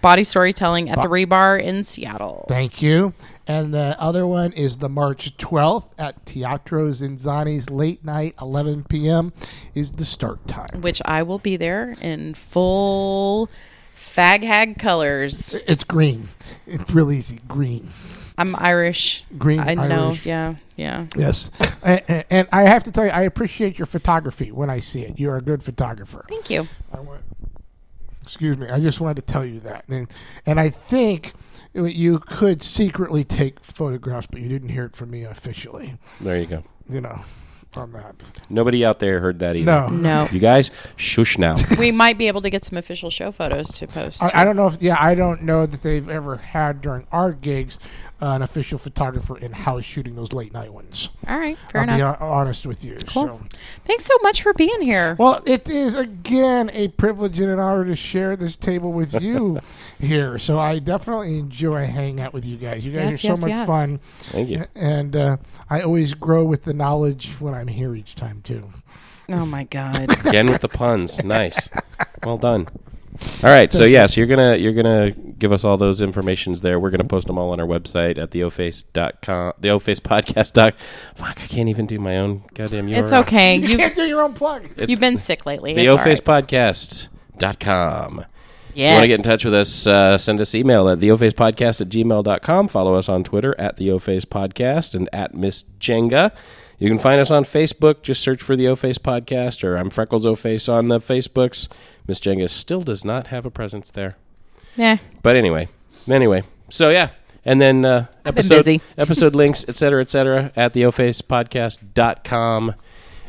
B: Body storytelling at the Rebar in Seattle.
C: Thank you. And the other one is the March 12th at Teatro Zinzani's late night, 11 p.m. is the start time.
B: which I will be there in full fag hag colors.
C: It's green. It's real easy. Green.
B: I'm Irish.
C: Green
B: I know.
C: Irish.
B: Yeah. Yeah.
C: Yes. and, and I have to tell you, I appreciate your photography when I see it. You're a good photographer.
B: Thank you.
C: I want, excuse me. I just wanted to tell you that. And, and I think you could secretly take photographs, but you didn't hear it from me officially,
A: There you go.
C: you know, on that.
A: Nobody out there heard that either.
C: No.
B: No.
A: You guys, shush now.
B: we might be able to get some official show photos to post.
C: I, I don't know if yeah, I don't know that they've ever had during our gigs uh, an official photographer in house shooting those late night ones.
B: All right. Fair
C: I'll
B: enough.
C: be hon- honest with you. So.
B: Thanks so much for being here.
C: Well, it is again a privilege and an honor to share this table with you here. So I definitely enjoy hanging out with you guys. You guys
B: Yes,
C: are so
B: yes,
C: much
B: yes.
C: fun,
A: Thank you.
C: and uh, I always grow with the knowledge when I'm here each time too.
B: oh my God.
A: Again with the puns. Nice. Well done. All right. So yes, you're gonna you're gonna give us all those informations there. We're gonna post them all on our website at theoface.com the podcast doc. Fuck, I can't even do my own goddamn URL.
B: It's okay.
C: You
B: You've
C: can't do your own plug.
A: It's
B: you've been sick lately. It's all right.
A: theofacepodcast.com. You want to
B: Yes.
A: get in touch with us, uh, send us email at theofacepodcast at gmail.com. Follow us on Twitter at theofacepodcast and at Miss Jenga. You can find us on Facebook. Just search for the O Face Podcast or I'm Freckles O Face on the Facebooks. Miss Jenga still does not have a presence there.
B: Yeah.
A: But anyway, anyway. So yeah. And then uh,
B: been
A: episode
B: busy.
A: episode links, et cetera, et cetera, at theofacepodcast.com.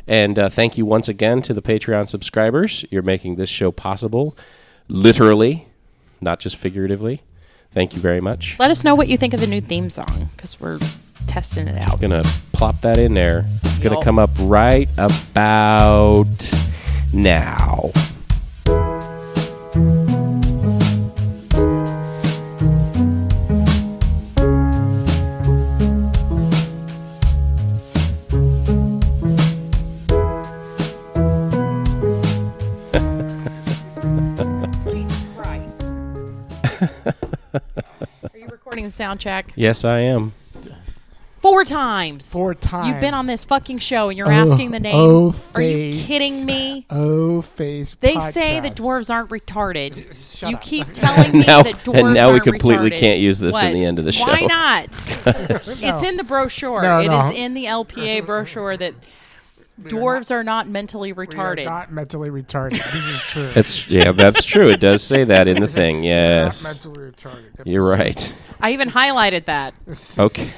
A: And uh, thank you once again to the Patreon subscribers. You're making this show possible, literally, not just figuratively. Thank you very much.
B: Let us know what you think of the new theme song because we're testing it out.
A: Gonna plop that in there. It's gonna
B: Yup.
A: come up right about now.
B: Jesus Christ. Are you recording the sound check?
A: Yes, I am.
B: Four times.
C: Four times.
B: You've been on this fucking show and you're asking the name.
C: oh,
B: Are you
C: face.
B: kidding me?
C: O Oh, face.
B: They say the
C: Podcast.
B: dwarves aren't retarded. you keep telling me
A: Now-
B: that dwarves
A: and now we
B: aren't
A: completely
B: retarded.
A: can't use this in the end of the show.
B: Why not? It's in the brochure.
C: No,
B: It is
C: no.
B: in the LPA brochure that dwarves are not mentally
C: We are
B: retarded.
C: not mentally retarded. This is true.
A: It's yeah, that's true. It does say that in the thing.
C: Not
A: Yes,
C: mentally retarded.
A: you're right.
B: I even highlighted that.
A: Okay.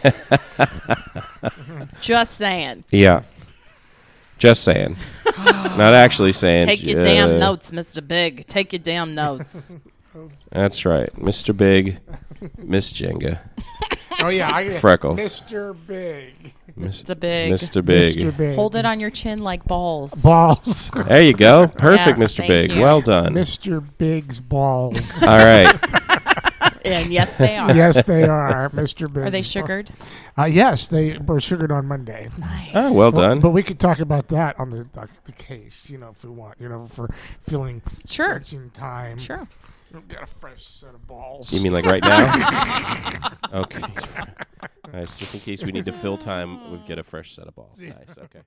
B: Just saying.
A: Yeah. Just saying. Not actually saying.
B: Take your
A: uh,
B: damn notes, Mr. Big. Take your damn notes.
A: That's right. Mr. Big, Miss Jenga,
C: Oh yeah, I,
A: Freckles.
C: Mr. Big,
A: Miss,
B: Mr. Big.
A: Mr. Big.
C: Mr. Big,
B: Hold it on your chin like balls.
C: balls,
A: There you go. Perfect,
B: Yes,
A: Mr.
B: thank
A: Big.
B: you.
A: Well done.
C: Mr. Big's balls.
A: All right.
B: And yes, they are.
C: yes, they are, Mr. Bin.
B: Are they sugared?
C: Uh, yes, they were sugared on Monday.
A: Oh, well
C: But-
A: done.
C: But we could talk about that on the the, the case, you know, if we want, you know, for feeling
B: Sure.
C: crunching time.
B: Sure.
C: We've got a fresh set of balls.
A: You mean like right now? okay. Nice. Just in case we need to fill time, we've got a fresh set of balls. Nice. Okay.